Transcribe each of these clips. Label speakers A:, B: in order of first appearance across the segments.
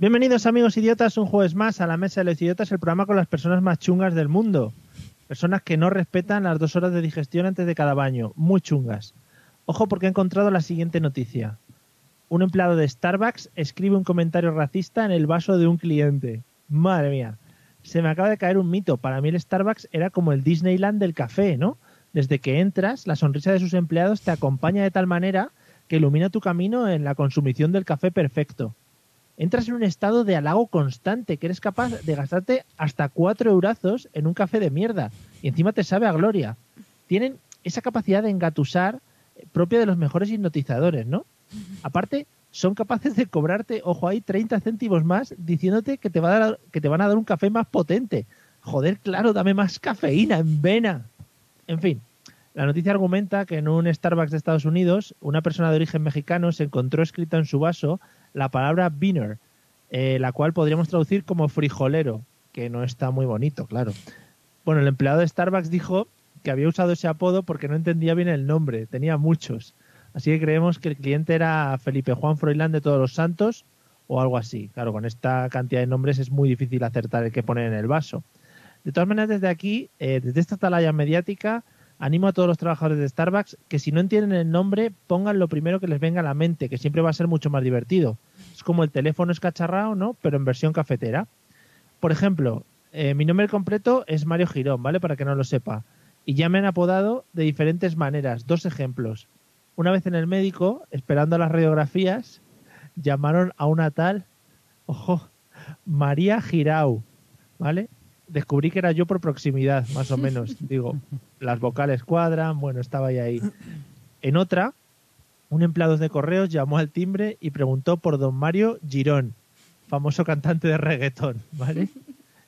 A: Bienvenidos amigos idiotas, un jueves más a la Mesa de los Idiotas, el programa con las personas más chungas del mundo. Personas que no respetan las dos horas de digestión antes de cada baño, muy chungas. Ojo porque he encontrado la siguiente noticia. Un empleado de Starbucks escribe un comentario racista en el vaso de un cliente. Madre mía, se me acaba de caer un mito. Para mí el Starbucks era como el Disneyland del café, ¿no? Desde que entras, la sonrisa de sus empleados te acompaña de tal manera que ilumina tu camino en la consumición del café perfecto. Entras en un estado de halago constante, que eres capaz de gastarte hasta cuatro eurazos en un café de mierda. Y encima te sabe a gloria. Tienen esa capacidad de engatusar eh, propia de los mejores hipnotizadores, ¿no? Aparte, son capaces de cobrarte, ojo ahí, 30 céntimos más diciéndote que te, va a dar- que te van a dar un café más potente. Joder, claro, dame más cafeína en vena. En fin, la noticia argumenta que en un Starbucks de Estados Unidos, una persona de origen mexicano se encontró escrita en su vaso la palabra beaner, eh, la cual podríamos traducir como frijolero, que no está muy bonito, claro. Bueno, el empleado de Starbucks dijo que había usado ese apodo porque no entendía bien el nombre, tenía muchos. Así que creemos que el cliente era Felipe Juan Froilán de Todos los Santos o algo así. Claro, con esta cantidad de nombres es muy difícil acertar el que poner en el vaso. De todas maneras, desde aquí, eh, desde esta atalaya mediática, animo a todos los trabajadores de Starbucks que si no entienden el nombre, pongan lo primero que les venga a la mente, que siempre va a ser mucho más divertido. Es como el teléfono escacharrado, ¿no? Pero en versión cafetera. Por ejemplo, eh, mi nombre completo es Mario Girón, ¿vale? Para que no lo sepa. Y ya me han apodado de diferentes maneras. Dos ejemplos. Una vez en el médico, esperando las radiografías, llamaron a una tal, ojo, María Girau, ¿vale? Descubrí que era yo por proximidad, más o menos. Digo, las vocales cuadran, bueno, estaba ya ahí. En otra, un empleado de correos llamó al timbre y preguntó por don Mario Girón, famoso cantante de reggaetón, ¿vale?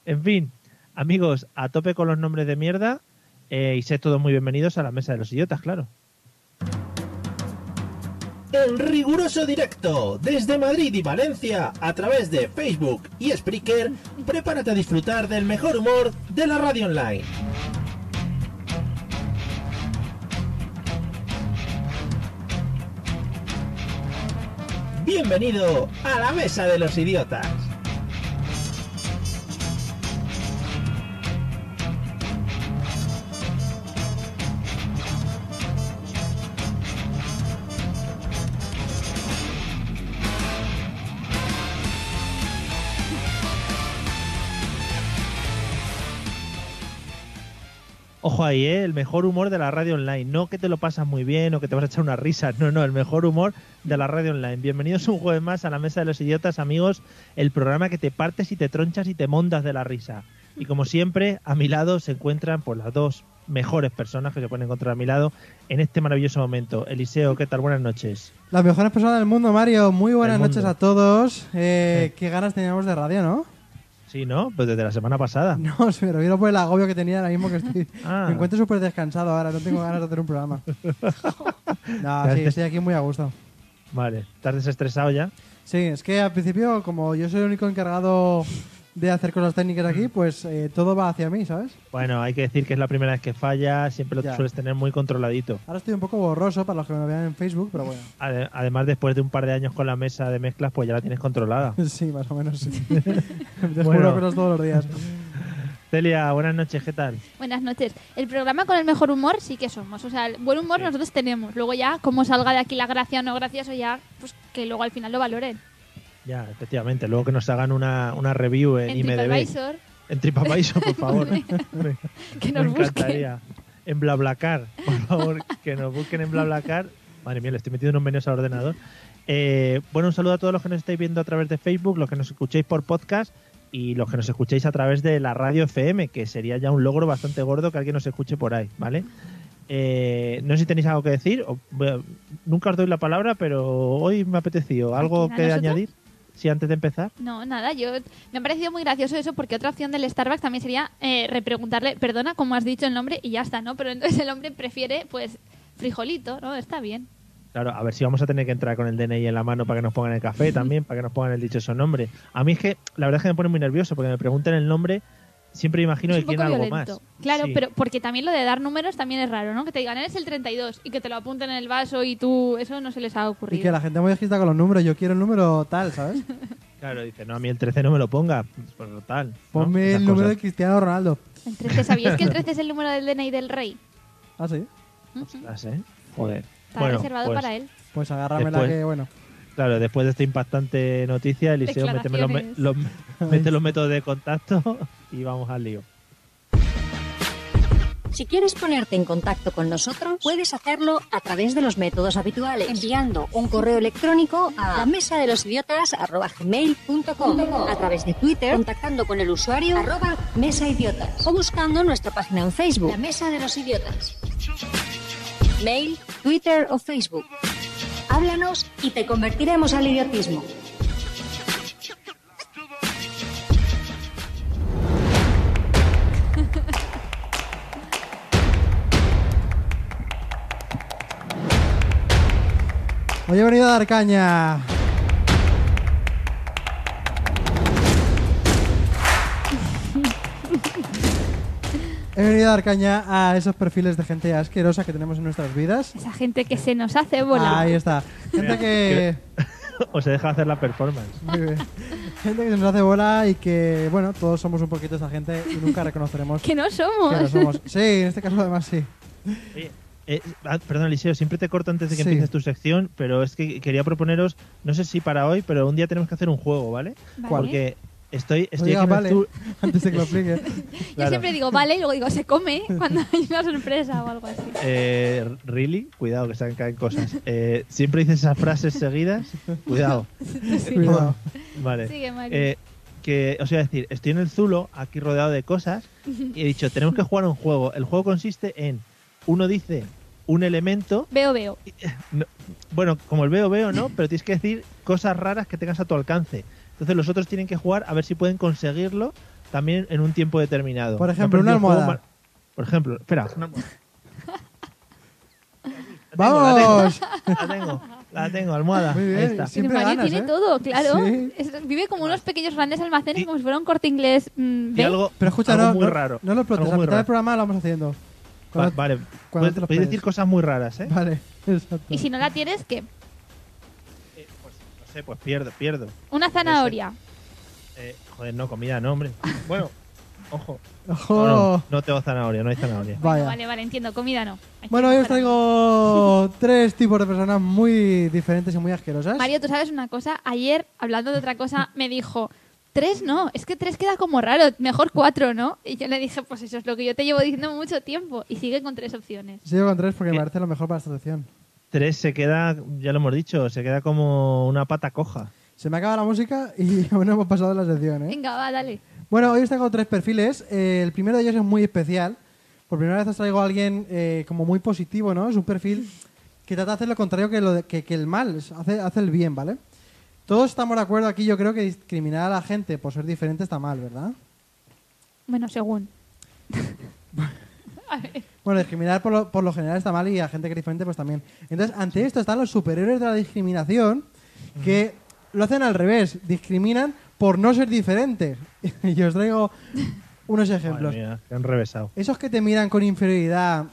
A: En fin, amigos, a tope con los nombres de mierda eh, y sed todos muy bienvenidos a la mesa de los idiotas, claro.
B: En riguroso directo desde Madrid y Valencia a través de Facebook y Spreaker, prepárate a disfrutar del mejor humor de la radio online. Bienvenido a la Mesa de los Idiotas.
A: Ojo ahí, ¿eh? el mejor humor de la radio online. No que te lo pasas muy bien o que te vas a echar una risa. No, no, el mejor humor de la radio online. Bienvenidos un jueves más a la Mesa de los Idiotas, amigos. El programa que te partes y te tronchas y te mondas de la risa. Y como siempre, a mi lado se encuentran pues, las dos mejores personas que se pueden encontrar a mi lado en este maravilloso momento. Eliseo, ¿qué tal? Buenas noches.
C: Las mejores personas del mundo, Mario. Muy buenas
A: Del mundo.
C: noches a todos. Eh, Qué ganas teníamos de radio, ¿no?
A: Sí, ¿no? Pues desde la semana pasada.
C: No, se me refiero por el agobio que tenía ahora mismo que estoy.
A: Ah.
C: Me encuentro súper descansado ahora, no tengo ganas de hacer un programa. No, sí, estoy aquí muy a gusto.
A: Vale, ¿estás desestresado ya?
C: Sí, es que al principio, como yo soy el único encargado de hacer cosas técnicas aquí,
A: Mm.
C: pues eh, todo va hacia mí, ¿sabes?
A: Bueno, hay que decir que es la primera vez que falla, siempre lo
C: Ya.
A: sueles tener muy controladito.
C: Ahora estoy un poco borroso para los que me vean en Facebook, pero bueno.
A: Ade- Además, después de un par de años con la mesa de mezclas, pues ya la tienes controlada.
C: Sí, más o menos sí. Descubro
A: Bueno.
C: cosas todos los días.
A: Celia, buenas noches, ¿qué tal?
D: Buenas noches. El programa con el mejor humor sí que somos. O sea, el buen humor
A: Sí.
D: nosotros tenemos. Luego ya, como salga de aquí la gracia o no gracia, eso ya, pues que luego al final lo valoren.
A: Ya, efectivamente, luego que nos hagan una, una review en,
D: En
A: IMDB.
D: TripAdvisor,
A: En TripAdvisor, por favor. me, me
D: que nos busquen.
A: encantaría. En BlaBlaCar, por favor, que nos busquen en BlaBlaCar. Madre mía, le estoy metiendo unos menús al ordenador. Eh, bueno, un saludo a todos los que nos estáis viendo a través de Facebook, los que nos escuchéis por podcast y los que nos escuchéis a través de la radio FM, que sería ya un logro bastante gordo que alguien nos escuche por ahí, ¿vale? Eh, no sé si tenéis algo que decir. o- bueno, nunca os doy la palabra, pero hoy me ha apetecido. ¿Algo
D: quién? ¿A
A: que
D: nosotros?
A: añadir? si antes de empezar?
D: No, nada, yo me ha parecido muy gracioso eso porque otra opción del Starbucks también sería eh, repreguntarle, perdona, como has dicho el nombre y ya está, ¿no? Pero entonces el hombre prefiere, pues, frijolito, ¿no? Está bien.
A: Claro, a ver si vamos a tener que entrar con el DNI en la mano para que nos pongan el café también, para que nos pongan el dichoso nombre. A mí es que la verdad es que me pone muy nervioso porque me preguntan el nombre, siempre imagino
D: Es
A: que
D: un poco
A: quieren algo
D: violento.
A: más.
D: Claro,
A: Sí.
D: pero porque también lo de dar números también es raro, ¿no? Que te digan, eres el 32 y que te lo apunten en el vaso y tú, eso no se les ha
C: Y
D: ocurrido.
C: que la gente muy agita con los números. Yo quiero el número tal, ¿sabes?
A: Claro, dice, no, a mí el 13 no me lo ponga, por lo tal. ¿no?
C: Ponme
A: Esas
C: el número
A: cosas.
C: de Cristiano Ronaldo.
D: El 13, ¿sabías que el 13 es el número del DNI del rey?
C: Ah, sí.
D: Ujú.
A: Ostras, ¿eh? Joder.
D: Está
A: Bueno,
D: reservado
A: pues,
D: para él.
C: Pues agárramela
A: Después-
C: que, bueno.
A: Claro, después de esta impactante noticia, Eliseo, méteme los, me- los- mete los métodos de contacto y vamos al lío.
E: Si quieres ponerte en contacto con nosotros, puedes hacerlo a través de los métodos habituales, enviando un correo electrónico a la mesa de los idiotas a través de Twitter, contactando con el usuario arroba mesa idiotas o buscando nuestra página en Facebook, la mesa de los idiotas. Mail, Twitter o Facebook. Háblanos y te convertiremos al idiotismo.
C: Hoy he venido a dar caña. He venido a dar caña a esos perfiles de gente asquerosa que tenemos en nuestras vidas.
D: Esa gente que se nos hace
A: Ah,
D: volar.
C: Ahí está. Gente que...
A: o se deja hacer la performance.
C: Muy bien. Gente que se nos hace bola y que, bueno, todos somos un poquito esa gente y nunca reconoceremos
D: Que no somos.
C: que lo somos. Sí, en este caso además sí.
A: Oye, eh, ah, perdón, Eliseo, siempre te corto antes de que
C: Sí.
A: empieces tu sección, pero es que quería proponeros, no sé si para hoy, pero un día tenemos que hacer un juego, ¿vale?
D: Vale.
A: Porque estoy, estoy
C: Oiga,
A: aquí en el
C: vale,
A: estu-
C: antes de que lo explique.
D: Yo
A: claro.
D: siempre digo, vale, y luego digo, se come cuando hay una sorpresa o algo así.
A: Eh, really, cuidado que se caen cosas. Eh, siempre dices esas frases seguidas, cuidado.
C: Cuidado.
A: Vale.
D: Sigue, Mari.
A: Eh, que os iba a decir, estoy en el Zulo, aquí rodeado de cosas, y he dicho, tenemos que jugar un juego. El juego consiste en, uno dice un elemento,
D: Veo, veo.
A: bueno, como el veo, veo, ¿no? Pero tienes que decir cosas raras que tengas a tu alcance. Entonces los otros tienen que jugar a ver si pueden conseguirlo también en un tiempo determinado.
C: Por
A: Me ha
C: ejemplo, una
A: parecido un juego
C: almohada.
A: mal- Por ejemplo, espera, una almohada.
C: ¡Vamos!
A: La tengo, la tengo, almohada.
C: Muy bien,
A: Ahí está.
C: sí. Siempre
D: Pero Mario
C: ganas,
D: tiene
C: ¿eh?
D: todo, claro.
C: Sí.
D: Es- vive como unos pequeños grandes almacenes,
A: Y-
D: como si fuera un corte inglés. mm,
A: Y
D: ¿ve?
A: algo,
C: Pero escucha,
A: algo
C: no,
A: muy
C: no,
A: raro.
C: no lo explotes.
A: algo
C: A
A: muy
C: mitad del
A: raro.
C: programa lo vamos haciendo.
A: Va-
C: Cuando-
A: vale,
C: cuando
A: puedes,
C: te lo
A: puedes
C: esperes.
A: decir cosas muy raras, ¿eh?
C: Vale, exacto.
D: Y si no la tienes, ¿qué?
A: Eh, pues, no sé, pues pierdo, pierdo.
D: Una zanahoria.
A: Eh, joder, no, comida, no, hombre. Bueno, ojo.
C: Ojo.
A: No, no, no tengo zanahoria, no hay zanahoria.
D: Bueno,
C: Vaya.
D: vale, vale, entiendo. Comida no. Hay que
C: Bueno, hoy os
D: mejorar.
C: traigo tres tipos de personas muy diferentes y muy asquerosas.
D: Mario, tú sabes una cosa. Ayer, hablando de otra cosa, me dijo... Tres no, es que tres queda como raro, mejor cuatro, ¿no? Y yo le dije, pues eso es lo que yo te llevo diciendo mucho tiempo. Y sigue con tres opciones.
C: Sigo con tres porque me parece lo mejor para esta sección.
A: Tres se queda, ya lo hemos dicho, se queda como una pata coja.
C: Se me acaba la música y aún no hemos pasado la sección, ¿eh?
D: Venga, va, dale.
C: Bueno, hoy os traigo tres perfiles. Eh, el primero de ellos es muy especial. Por primera vez os traigo a alguien eh, como muy positivo, ¿no? Es un perfil que trata de hacer lo contrario que, lo de- que, que el mal, es- hace, hace el bien, ¿vale? Todos estamos de acuerdo aquí, yo creo que discriminar a la gente por ser diferente está mal, ¿verdad?
D: Bueno, según. A ver.
C: Bueno, discriminar por lo, por lo general está mal y a gente que es diferente pues también. Entonces, ante esto están los superhéroes de la discriminación que lo hacen al revés, discriminan por no ser diferentes. y os traigo unos ejemplos.
A: Madre mía, que han revesado.
C: Esos que te miran con inferioridad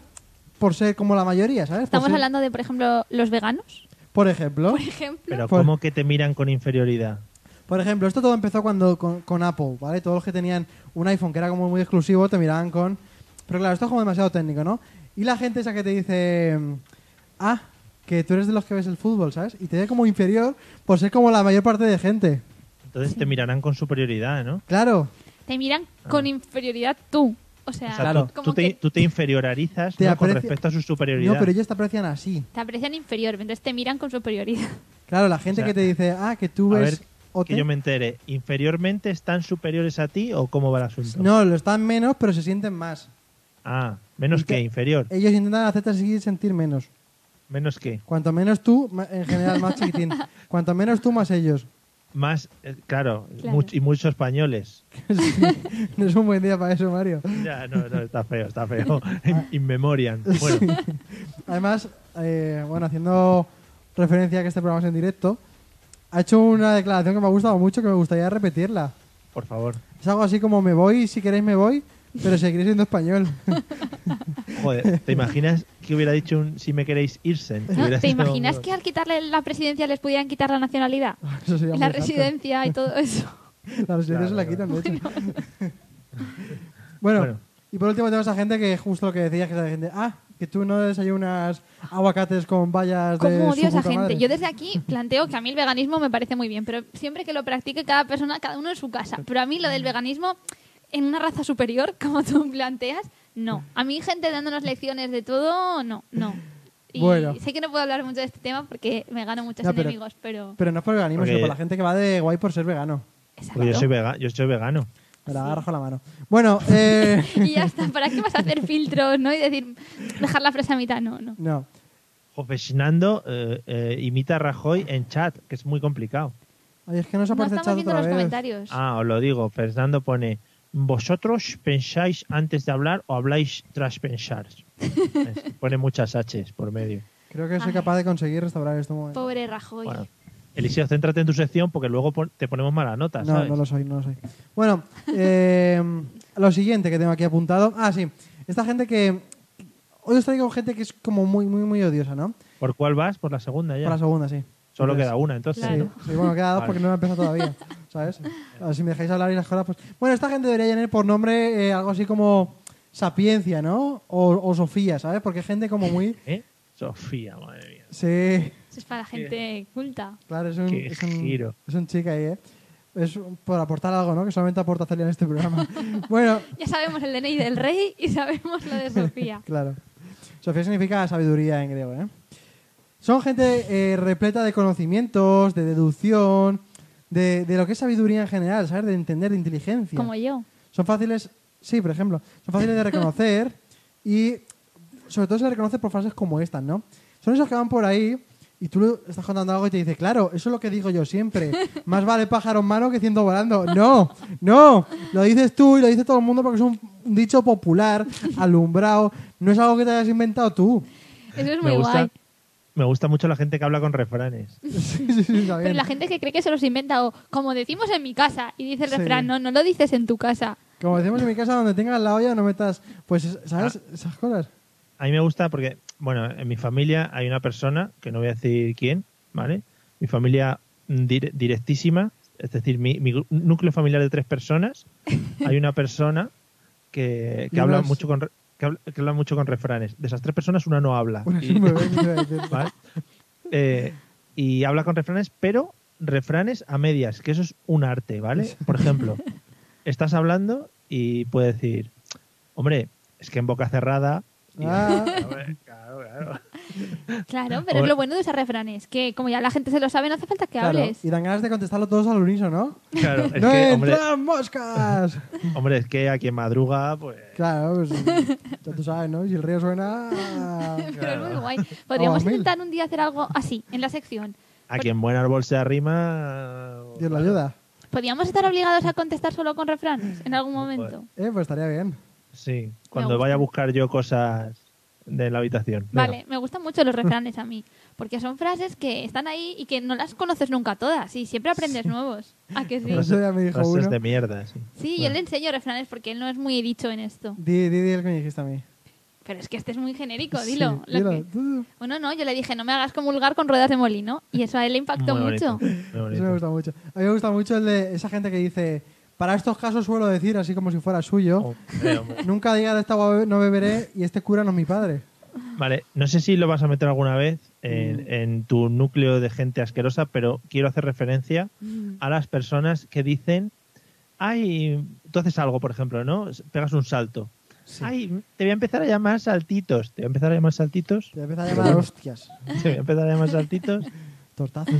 C: por ser como la mayoría, ¿sabes? Por
D: Estamos
C: ser-
D: hablando de, por ejemplo, los veganos,
C: Por ejemplo,
D: por ejemplo.
A: Pero
C: Por-
A: ¿cómo que te miran con inferioridad?
C: por ejemplo, esto todo empezó cuando con, con Apple, ¿vale? Todos los que tenían un iPhone que era como muy exclusivo te miraban con... Pero claro, esto es como demasiado técnico, ¿no? Y la gente esa que te dice, ah, que tú eres de los que ves el fútbol, ¿sabes? Y te ve como inferior por ser como la mayor parte de gente.
A: Entonces te mirarán con superioridad, ¿no?
C: Claro,
D: Te miran con inferioridad tú. O sea,
A: O sea,
C: Claro.
A: tú- tú,
D: como
A: te,
D: que
A: tú te inferiorizas
C: Te
A: ¿no? con
C: aprecia-
A: respecto a su superioridad.
C: no, pero ellos te aprecian así.
D: te aprecian inferior, entonces te miran con superioridad.
C: Claro, la gente
A: O sea,
C: que te dice, ah, que tú
A: a
C: ves...
A: ver,
C: o
A: que yo me entere, ¿inferiormente están superiores a ti o cómo va el asunto?
C: No, lo están menos, pero se sienten más.
A: Ah, menos que,
C: Inte-
A: inferior.
C: Ellos intentan hacerte seguir sentir menos.
A: Menos que.
C: Cuanto menos tú, ma- en general más chiquitín. Cuanto menos tú, más ellos.
A: más, eh, claro,
D: Claro.
A: much- y muchos españoles.
C: No es un buen día para eso, Mario.
A: Ya, no, no, está feo, está feo. In, in memoriam. Bueno,
C: Además, eh, bueno, haciendo referencia a que este programa es en directo, ha hecho una declaración que me ha gustado mucho, que me gustaría repetirla.
A: por favor.
C: Es algo así como me voy, si queréis me voy, pero seguiré siendo español.
A: Joder, ¿te imaginas que hubiera dicho un si me queréis irse?
D: ¿No? ¿Te imaginas que al quitarle la presidencia les pudieran quitar la nacionalidad?
C: Eso sería
D: Y
C: muy
D: la
C: harto.
D: residencia y todo eso.
C: La residencia se la
A: Claro,
C: quitan, de hecho. Bueno,
A: Bueno.
C: y por último tenemos a gente que justo lo que decías, que es la gente, ah, que tú no desayunas aguacates con vallas de
D: ¿Cómo
C: su
D: odio a esa
C: puta
D: gente?
C: madre.
D: Yo desde aquí planteo que a mí el veganismo me parece muy bien, pero siempre que lo practique cada persona, cada uno en su casa. Pero a mí lo del veganismo en una raza superior, como tú planteas, no. A mí gente dándonos lecciones de todo, no, no. Y
C: Bueno.
D: sé que no puedo hablar mucho de este tema porque me gano muchos
C: Ya, pero-
D: enemigos, pero...
C: Pero no es por veganismo,
A: Porque-
C: sino por la gente que va de guay por ser vegano.
D: Exacto.
A: Porque yo soy, vega- yo soy vegano.
C: Me la agarro con la mano. Bueno, eh...
D: Y ya está, ¿para qué vas a hacer filtros, no? Y decir, dejar la frase a mitad, no, no.
C: no.
A: Jofesnando eh, eh, imita a Rajoy en chat, que es muy complicado.
C: Ay, es que no se
D: No
C: aparece el
D: estamos
C: chat
D: viendo
C: otra
D: los
C: vez.
D: comentarios.
A: Ah, os lo digo, Fernando pone, ¿vosotros pensáis antes de hablar o habláis tras pensar? Es- pone muchas H's por medio.
C: Creo que soy
D: Ay.
C: capaz de conseguir restaurar esto un momento.
D: Pobre Rajoy.
A: Bueno, Eliseo, céntrate en tu sección porque luego pon- te ponemos malas notas,
C: No,
A: ¿sabes?
C: no lo soy, no lo soy. Bueno, eh, lo siguiente que tengo aquí apuntado. Ah, sí. Esta gente que. Hoy os traigo gente que es como muy, muy, muy odiosa, ¿no?
A: ¿Por cuál vas? Por la segunda ya.
C: Para la segunda, sí.
A: Solo
C: Entonces,
A: queda una, entonces.
D: Claro.
C: Sí, sí, bueno, queda dos
A: Vale.
C: porque no la he empezado todavía, ¿sabes? A ver, si me dejáis hablar y las cosas, pues... Bueno, esta gente debería tener por nombre eh, algo así como Sapiencia, ¿no? O, o Sofía, ¿sabes? Porque es gente como muy...
A: ¿Eh? Sofía, madre mía.
C: Sí,
D: Eso es para gente culta.
C: claro, es un,
A: Qué
C: es un,
A: giro.
C: es un chica ahí, ¿eh? Es un- por aportar algo, ¿no? Que solamente aporta Celia en este programa. bueno,
D: Ya sabemos el DNI del rey y sabemos lo de Sofía.
C: Claro. Sofía significa sabiduría en griego, ¿eh? Son gente eh, repleta de conocimientos, de deducción, de, de lo que es sabiduría en general, ¿sabes? De entender, de inteligencia.
D: Como yo.
C: Son fáciles, sí, por ejemplo, son fáciles de reconocer y sobre todo se les reconoce por frases como estas, ¿no? Son esos que van por ahí y tú le estás contando algo y te dice, claro, eso es lo que digo yo siempre. Más vale pájaro en mano que ciento volando. No, no, lo dices tú y lo dice todo el mundo porque es un un dicho popular, alumbrado, no es algo que te hayas inventado tú.
D: Eso es
A: me,
D: muy
A: gusta,
D: guay.
A: me gusta mucho la gente que habla con refranes.
C: Sí, sí, sí, está
D: Pero
C: bien.
D: la gente que cree que se los inventa o como decimos en mi casa y dice el
C: Sí.
D: refrán, no, no lo dices en tu casa.
C: Como decimos en mi casa, donde tengas la olla no metas,
D: Ah.
C: pues, ¿sabes? Esas cosas.
A: A mí me gusta porque, bueno, en mi familia hay una persona, que no voy a decir quién, ¿vale? Mi familia dir- directísima, es decir, mi, mi gru- núcleo familiar de tres personas, hay una persona que, que habla
C: Libras.
A: mucho con re- que habla, que habla mucho con refranes. De esas tres personas, una no habla.
C: Bueno,
A: Y-
C: me voy a decir.
A: ¿vale? Eh, y habla con refranes, pero refranes a medias, que eso es un arte, ¿vale? Por ejemplo, estás hablando y puede decir, hombre, es que en boca cerrada... y-
C: Ah.
A: Hombre, claro, claro.
D: Claro, pero es
A: Hombre.
D: lo bueno de esos refranes, que como ya la gente se lo sabe, no hace falta que
C: Claro,
D: hables.
C: Y dan ganas de contestarlo todos al unísono, ¿no?
A: Claro, es
C: ¡No
A: que, hombre,
C: entran moscas!
A: hombre, es que a quien madruga, pues...
C: claro, pues ya tú sabes, ¿no? Si el río suena...
D: Pero es muy
A: claro.
D: guay.
C: Vamos,
D: Podríamos
C: mil.
D: intentar un día hacer algo así, en la sección.
A: A quien buen árbol se arrima...
C: Dios lo ayuda.
D: ¿Podríamos estar obligados a contestar solo con refranes en algún momento?
C: Eh, pues estaría bien.
A: Sí,
D: Me
A: cuando
D: gusta.
A: vaya a buscar yo cosas de la habitación. Venga.
D: Vale, me gustan mucho los refranes a mí, porque son frases que están ahí y que no las conoces nunca todas y siempre aprendes nuevos. ¿A que sí?
C: Frases- Eso ya me dijo
A: frases
C: uno.
A: de mierda, sí.
D: Sí, yo le enseño refranes porque él no es muy dicho en esto.
C: Di, di, di el que me dijiste a mí.
D: Pero es que este es muy genérico, dilo.
C: Sí,
D: lo
C: dilo.
D: que-
C: Tú,
D: Bueno, no, yo le dije, no me hagas comulgar con ruedas de molino. Y eso a él le impactó
A: Muy bonito,
D: mucho.
A: muy
C: Eso me
A: bonito.
C: gusta mucho. A mí me gusta mucho el de esa gente que dice... Para estos casos suelo decir, así como si fuera
A: Oh.
C: suyo,
A: Hombre, hombre.
C: nunca diga de esta agua be- no beberé y este cura no es mi padre.
A: Vale, no sé si lo vas a meter alguna vez en,
C: Mm.
A: en tu núcleo de gente asquerosa, pero quiero hacer referencia
D: Mm.
A: a las personas que dicen, ay, tú haces algo, por ejemplo, ¿no? Pegas un salto. Ay, te voy a empezar a llamar saltitos. Te voy a empezar a llamar saltitos.
C: Te empieza a llamar hostias.
A: Te voy a empezar a llamar saltitos.
C: Tortazo.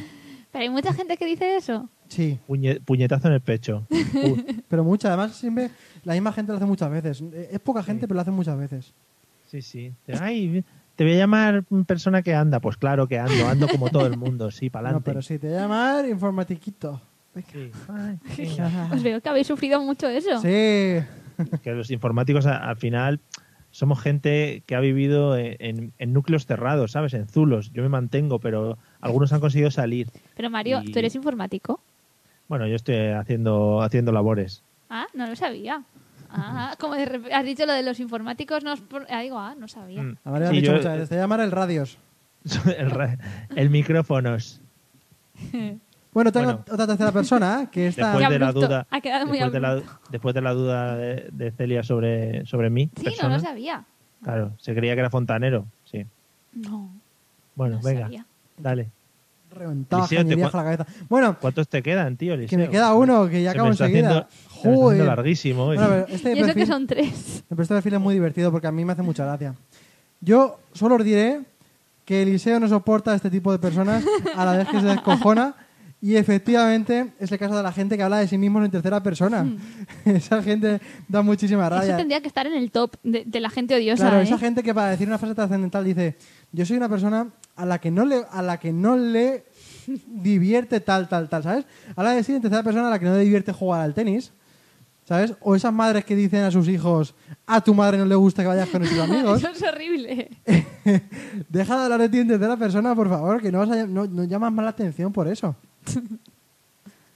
D: Pero hay mucha gente que dice eso.
C: Sí.
A: Puñe- puñetazo en el pecho. Uh,
C: Pero mucha, además siempre la misma gente lo hace muchas veces. Eh, Es poca gente, pero lo hace muchas veces.
A: sí, sí. Te- Ay, te voy a llamar persona que anda. Pues claro que ando, ando como todo el mundo, sí, para
C: No, pero
A: adelante.
C: sí, te voy a llamar informatiquito.
A: Sí. Ay, sí.
D: Os veo que habéis sufrido mucho eso.
C: Sí.
A: que los informáticos a- al final somos gente que ha vivido en, en- en núcleos cerrados, ¿sabes? En zulos. Yo me mantengo, pero algunos han conseguido salir.
D: Pero Mario,
A: Y-
D: ¿tú eres informático?
A: Bueno, yo estoy haciendo, haciendo labores.
D: Ah, no lo sabía. Ah, como de rep- has dicho lo de los informáticos, no os por- ah, digo, ah, no sabía.
A: Mm.
C: A María
A: Sí,
C: le han dicho
A: yo-
C: muchas veces. Te llamará el radios.
A: el, ra- el micrófonos.
C: Bueno, tengo
A: Bueno.
C: otra tercera persona ¿eh? que está.
A: Después
D: Qué
A: de la
D: abrupto.
A: duda,
D: Ha quedado muy
A: después de la,
D: abrupto.
A: después de la duda de, de Celia sobre, sobre mí,
D: Sí, no
A: persona,
D: lo sabía.
A: claro, se creía que era fontanero. Sí.
D: No,
A: Bueno,
D: no
A: venga,
D: sabía.
A: dale.
C: Reventado,
A: Liceo, te
C: ingeniería
A: cua-
C: la cabeza. Bueno,
A: ¿Cuántos te quedan, tío?
C: que
A: Eliseo?
C: me queda uno que ya
A: Se
C: acabo
A: me está
C: enseguida.
A: haciendo- se me está haciendo
C: Joder.
A: larguísimo hoy.
C: Bueno, pero este
D: Y eso que
C: perfil-
D: son tres.
C: Pero este perfil es muy divertido porque a mí me hace mucha gracia. Yo solo os diré que Eliseo no soporta a este tipo de personas a la vez que se descojona y efectivamente es el caso de la gente que habla de sí mismo en tercera persona. esa gente da muchísima
D: Eso
C: rabia.
D: tendría que estar en el top de, de la gente odiosa.
C: Claro,
D: ¿eh?
C: esa gente que para decir una frase trascendental dice, yo soy una persona a la que no le, a la que no le divierte tal, tal, tal, ¿sabes? Habla de decir en tercera persona a la que no le divierte jugar al tenis, ¿sabes? O esas madres que dicen a sus hijos, a tu madre no le gusta que vayas con tus amigos.
D: Eso es horrible.
C: Deja de hablar de ti en tercera persona, por favor, que no, vas a- no- no llamas más la atención por eso.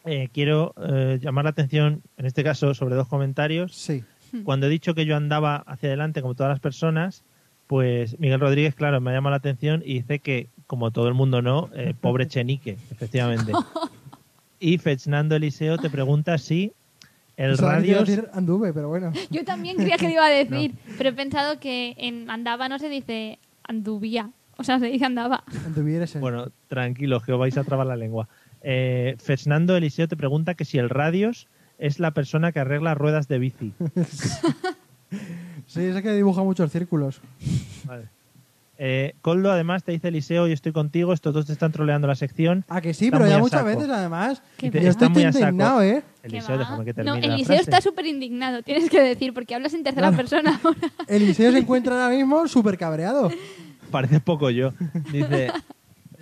A: Eh, quiero eh, llamar la atención, en este caso, sobre dos comentarios.
C: Sí.
A: Cuando he dicho que yo andaba hacia adelante, como todas las personas, pues Miguel Rodríguez, claro, me ha llamado la atención y dice que, como todo el mundo no, eh, pobre Chenique, efectivamente. Y Fernando Eliseo te pregunta si el
C: Pensaba que te iba a
A: radio...
C: decir anduve, pero bueno.
D: Yo también creía que lo iba a decir, pero he pensado que en andaba no se dice anduvía, o sea, se dice andaba.
C: Anduvieras en-
A: Bueno, tranquilos, que os vais a trabar la lengua. Eh, Fernando Eliseo te pregunta que si el radios es la persona que arregla ruedas de bici.
C: Sí, ese que dibuja muchos círculos.
A: Vale. Eh, Coldo, además, te dice Eliseo, yo estoy contigo, estos dos te están troleando la sección.
C: Ah, que sí,
A: Están
C: pero
A: muy
C: ya
A: a
C: muchas
A: saco.
C: veces, además.
D: Qué
C: Yo
D: va.
C: estoy
A: Están muy a saco.
C: indignado, ¿eh?
D: ¿Qué
A: Eliseo,
D: va?
A: déjame que
D: No,
A: termine la
D: Eliseo
A: frase.
D: está súper indignado, tienes que decir, porque hablas en tercera persona ahora.
C: Eliseo se encuentra ahora mismo súper cabreado.
A: Parece poco yo. Dice,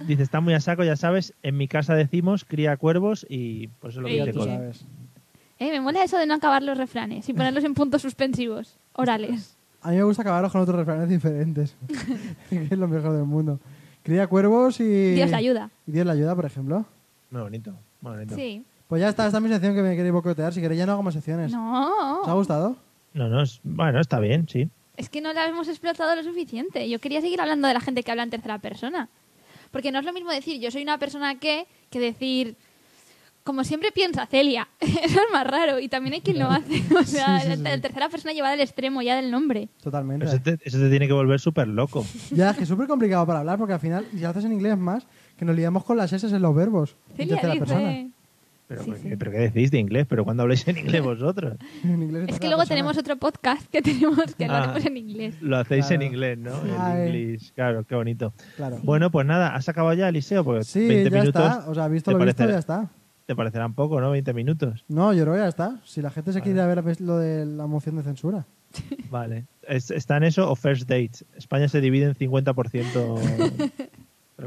A: dice, está muy a saco, ya sabes, en mi casa decimos cría cuervos y pues es lo que
D: Ey,
A: dice
C: Tú
D: Coldo.
A: Coldo.
C: sabes.
D: Eh, me mola eso de no acabar los refranes y ponerlos en puntos suspensivos, orales.
C: A mí me gusta acabarlos con otros refranes diferentes. que es lo mejor del mundo. Cría cuervos y...
D: Dios la ayuda.
C: Y Dios la ayuda, por ejemplo.
A: Muy bonito, muy bonito.
D: Sí.
C: Pues ya está, esta es mi sección que me queréis bocotear. Si queréis ya no hago más secciones. ¿Os ha
D: No,
C: gustado?
A: No, no, es- bueno, está bien, sí.
D: es que no la hemos explotado lo suficiente. Yo quería seguir hablando de la gente que habla en tercera persona. Porque no es lo mismo decir yo soy una persona que, que decir como siempre piensa Celia. Eso es más raro y también hay quien lo hace. O sea,
C: Sí, sí, sí.
D: la, la tercera persona llevada al extremo ya del nombre.
C: Totalmente.
A: Eso te, eso te tiene que volver súper loco.
C: Ya, es que es súper complicado para hablar porque al final, y si lo haces en inglés más, que nos liamos con las S en los verbos. en
D: Celia
C: tercera
D: dice...
C: persona.
A: Pero, ¿qué, pero ¿qué decís de inglés? ¿Pero cuando habláis en inglés vosotros?
C: En inglés en
D: Es que
C: tercera
D: luego
C: persona.
D: tenemos otro podcast que tenemos que lo
A: Ah.
D: hacemos en inglés.
A: Lo hacéis
C: Claro.
A: en inglés, ¿no?
C: Ay.
A: En inglés. Claro, qué bonito.
C: Claro.
A: Bueno, pues nada, ¿has acabado ya, Eliseo? Porque
C: Sí,
A: 20
C: ya
A: minutos.
C: está. O sea, visto
A: te
C: lo visto,
A: parecerá-
C: ya está.
A: Te parecerán poco, ¿no? 20 minutos.
C: No, yo creo que ya está. Si la gente se quiere ir a ver pues, lo de la moción de censura.
A: Vale. Es- está en eso o first dates. España se divide en 50% entre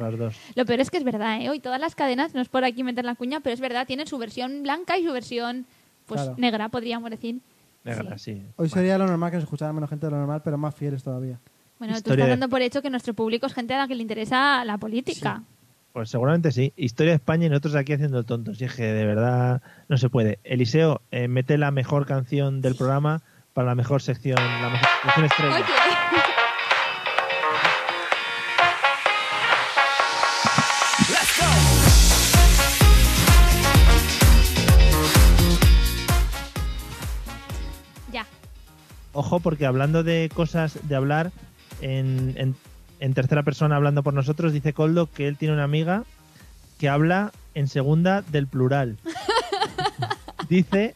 A: las dos.
D: Lo peor es que es verdad, ¿eh? Hoy todas las cadenas, no es por aquí meter la cuña, pero es verdad, tienen su versión blanca y su versión pues
C: Claro.
D: negra, podríamos decir.
A: Negra, sí.
C: Hoy
A: Vale.
C: sería lo normal que nos escuchara menos gente de lo normal, pero más fieles todavía.
D: Bueno, tú
A: Historia
D: estás
A: de-
D: dando por hecho que nuestro público es gente a la que le interesa la política.
A: Pues seguramente sí. Historia de España y nosotros aquí haciendo el tonto. Si es que de verdad no se puede. Eliseo, eh, mete la mejor canción del programa para la mejor sección, la mejor sección estrella.
D: Oye, ya.
A: Ojo, porque hablando de cosas de hablar en, en- en tercera persona, hablando por nosotros, dice Coldo que él tiene una amiga que habla en segunda del plural. dice,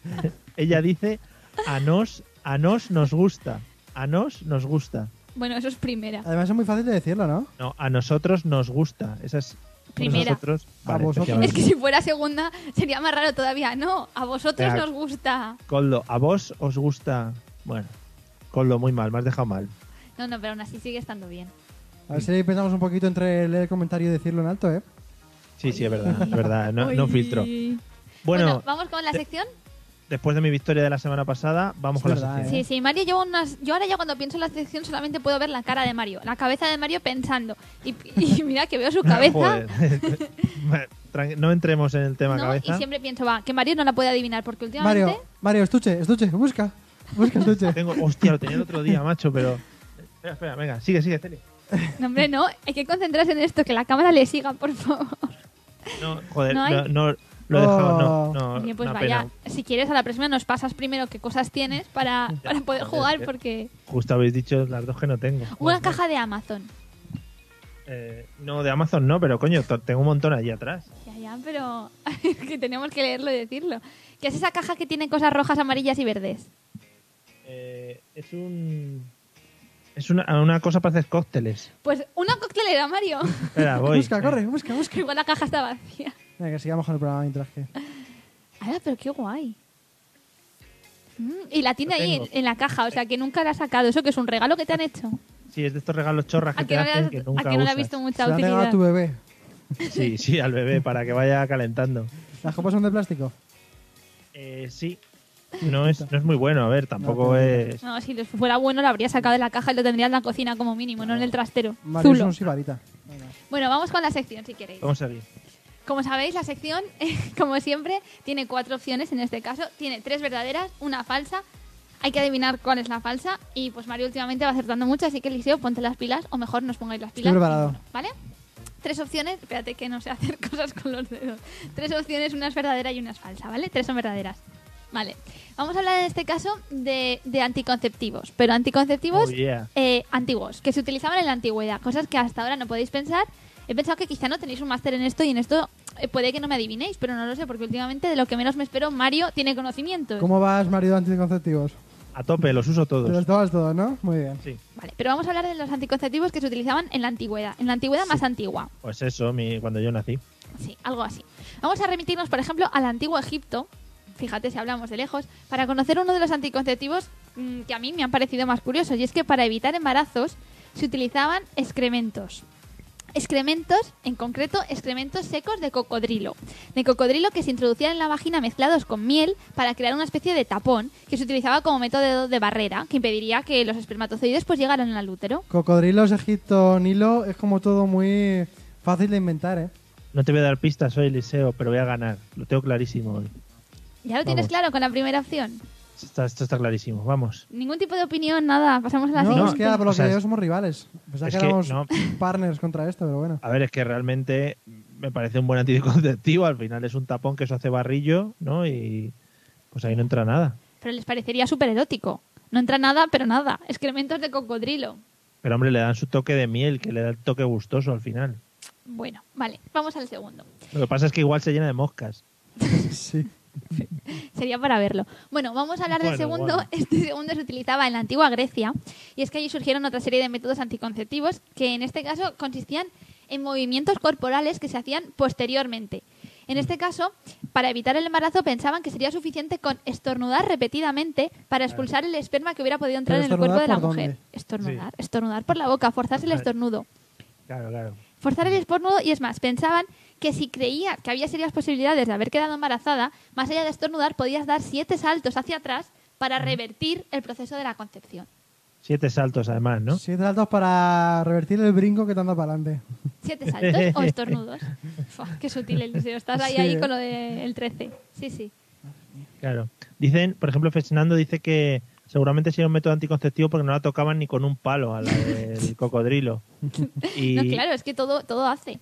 A: ella dice, a nos, a nos nos gusta, a nos nos gusta.
D: Bueno, eso es primera.
A: Ah.
C: Además es muy fácil de decirlo, ¿no?
A: No, a nosotros nos gusta. Esa es
D: Primera.
A: Nosotros,
C: A
A: Vale,
C: vosotros.
D: Es
A: efectivamente.
D: que si fuera segunda sería más raro todavía. No, a vosotros
A: Venga.
D: nos gusta.
A: Coldo, a vos os gusta. Bueno, Coldo, muy mal, me has dejado mal.
D: No, no, pero aún así sigue estando bien.
C: A ver si pensamos un poquito entre leer el comentario y decirlo en alto, ¿eh?
A: Sí, sí, es verdad, es verdad. No, no
D: Uy.
A: filtro.
D: Bueno,
A: Bueno,
D: ¿vamos con la
A: de-
D: sección?
A: después de mi victoria de la semana pasada, vamos
C: Es
A: con
C: verdad, ¿eh?
A: la sección.
D: Sí, sí, Mario lleva unas... Yo ahora ya cuando pienso en la sección solamente puedo ver la cara de Mario, la cabeza de Mario pensando. Y, y mira que veo su cabeza.
A: Joder. Tran- no entremos en el tema
D: ¿no?
A: cabeza.
D: Y siempre pienso, va, que Mario no la puede adivinar porque últimamente...
C: Mario, Mario, estuche, estuche, busca. Busca estuche.
A: Tengo, hostia, lo tenía el otro día, macho, pero. Espera, espera, venga, sigue, sigue, Celi.
D: No, hombre, no, hay que concentrarse en esto, que la cámara le siga, por favor.
A: No, joder,
D: ¿No hay?
A: no, no, lo he dejado,
C: Oh.
A: no, no.
D: Oye, pues
A: una
D: vaya,
A: pena.
D: si quieres a la próxima nos pasas primero qué cosas tienes para, para poder
A: joder,
D: jugar
A: que-
D: porque...
A: Justo habéis dicho las dos que no tengo.
D: Una
A: Joder,
D: caja de Amazon.
A: eh, no, de Amazon no, pero coño, to- tengo un montón allí atrás.
D: Ya, ya, pero es que tenemos que leerlo y decirlo. ¿Qué es esa caja que tiene cosas rojas, amarillas y verdes?
A: Eh, es un. Es una, una cosa para hacer cócteles.
D: Pues una coctelera, Mario.
A: Espera, voy.
C: Busca, corre, busca, busca.
D: que igual la caja está vacía.
C: Venga, que sigamos con el programa mientras que.
D: Ah, pero qué guay. Mm, y la tiene
A: Lo
D: ahí en,
A: tengo.
D: en la caja, o sea, que nunca la ha sacado. ¿Eso que es un regalo que te han hecho?
A: Sí, es de estos regalos chorras que
D: A
A: te
D: que no, le
A: hacen
D: has-
A: que
D: a
A: nunca
D: que no le ha
A: usas.
D: visto
C: Se
D: mucha
C: la ha regalado a
D: utilidad.
C: tu bebé.
A: Sí, sí, al bebé, para que vaya calentando.
C: ¿Las copas son de plástico?
A: Eh, sí, no es, no es muy bueno, a ver, tampoco
C: No,
A: es...
D: No, si lo fuera bueno lo habría sacado de la caja y lo tendría en la cocina como mínimo, no en el trastero.
C: Mario es
D: Zulo.
C: un sibarita. Venga.
D: Bueno, vamos con la sección si queréis.
A: Vamos a seguir.
D: Como sabéis, la sección, como siempre, tiene cuatro opciones en este caso. Tiene tres verdaderas, una falsa. Hay que adivinar cuál es la falsa. Y pues Mario últimamente va acertando mucho, así que Eliseo, ponte las pilas, o mejor nos pongáis las pilas.
C: preparado.
D: ninguno, ¿Vale? Tres opciones, espérate que no sé hacer cosas con los dedos. Tres opciones, una es verdadera y una es falsa, ¿vale? Tres son verdaderas. Vale. Vamos a hablar en este caso de, de anticonceptivos, pero anticonceptivos
A: Oh, yeah.
D: eh, antiguos, que se utilizaban en la antigüedad, cosas que hasta ahora no podéis pensar. He pensado que quizá no tenéis un máster en esto y en esto eh, puede que no me adivinéis, pero no lo sé, porque últimamente de lo que menos me espero, Mario tiene conocimientos.
C: ¿Cómo vas, marido anticonceptivos?
A: A tope, los uso
C: Te los
A: todos.
C: tomas todos, ¿no? Muy bien.
A: Sí,
D: Vale, pero vamos a hablar de los anticonceptivos que se utilizaban en la antigüedad, en la antigüedad más antigua.
A: pues eso, mi, cuando yo nací.
D: Sí, algo así. Vamos a remitirnos, por ejemplo, al antiguo Egipto, fíjate si hablamos de lejos, para conocer uno de los anticonceptivos mm, que a mí me han parecido más curiosos, y es que para evitar embarazos se utilizaban excrementos. Excrementos, en concreto, excrementos secos de cocodrilo. De cocodrilo que se introducían en la vagina mezclados con miel para crear una especie de tapón que se utilizaba como método de barrera que impediría que los espermatozoides pues llegaran al útero.
C: Cocodrilos, Egipto, Nilo, es como todo muy fácil de inventar, ¿eh?
A: No te voy a dar pistas, soy Eliseo, pero voy a ganar. Lo tengo clarísimo hoy.
D: ¿Ya lo tienes
A: Vamos.
D: claro con la primera opción?
A: Esto está, esto está clarísimo, vamos.
D: Ningún tipo de opinión, nada. Pasamos a la
C: No,
D: siguiente.
C: es que ah, por lo
A: O sea,
C: que yo
A: es-
C: somos rivales. Pensaba
A: es
C: que
A: que
C: éramos
A: no.
C: partners contra esto, pero bueno.
A: A ver, es que realmente me parece un buen anticonceptivo. Al final es un tapón que eso hace barrillo, ¿no? Y pues ahí no entra nada.
D: Pero les parecería súper erótico. No entra nada, pero nada. Excrementos de cocodrilo.
A: Pero hombre, le dan su toque de miel, que le da el toque gustoso al final.
D: Bueno, vale, vamos al segundo.
A: Lo que pasa es que igual se llena de moscas.
C: Sí.
D: Sería para verlo. Bueno, vamos a hablar del
A: Bueno,
D: segundo.
A: bueno.
D: Este segundo se utilizaba en la antigua Grecia y es que allí surgieron otra serie de métodos anticonceptivos que en este caso consistían en movimientos corporales que se hacían posteriormente. En este caso, para evitar el embarazo pensaban que sería suficiente con estornudar repetidamente para expulsar el esperma que hubiera podido entrar
C: ¿Pero
D: en el cuerpo de la
C: estornudar por
D: mujer.
C: dónde?
D: Estornudar, estornudar por la boca, forzarse el
A: Vale.
D: estornudo.
A: Claro, claro.
D: Forzar el estornudo y es más, pensaban que si creía que había serias posibilidades de haber quedado embarazada, más allá de estornudar podías dar siete saltos hacia atrás para revertir el proceso de la concepción.
A: Siete saltos además, ¿no?
C: Siete altos para revertir el brinco que te anda para adelante.
D: ¿Siete saltos o estornudos? Fua, qué sutil, Eliseo. Estás ahí,
C: Sí,
D: ahí
C: eh.
D: con lo del 13. Sí, sí.
A: Claro. Dicen, por ejemplo, Fernando dice que seguramente sería un método anticonceptivo porque no la tocaban ni con un palo a la del cocodrilo. Y,
D: No, claro, es que todo, todo hace.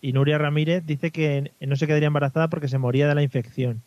A: y Nuria Ramírez dice que no se quedaría embarazada porque se moría de la infección.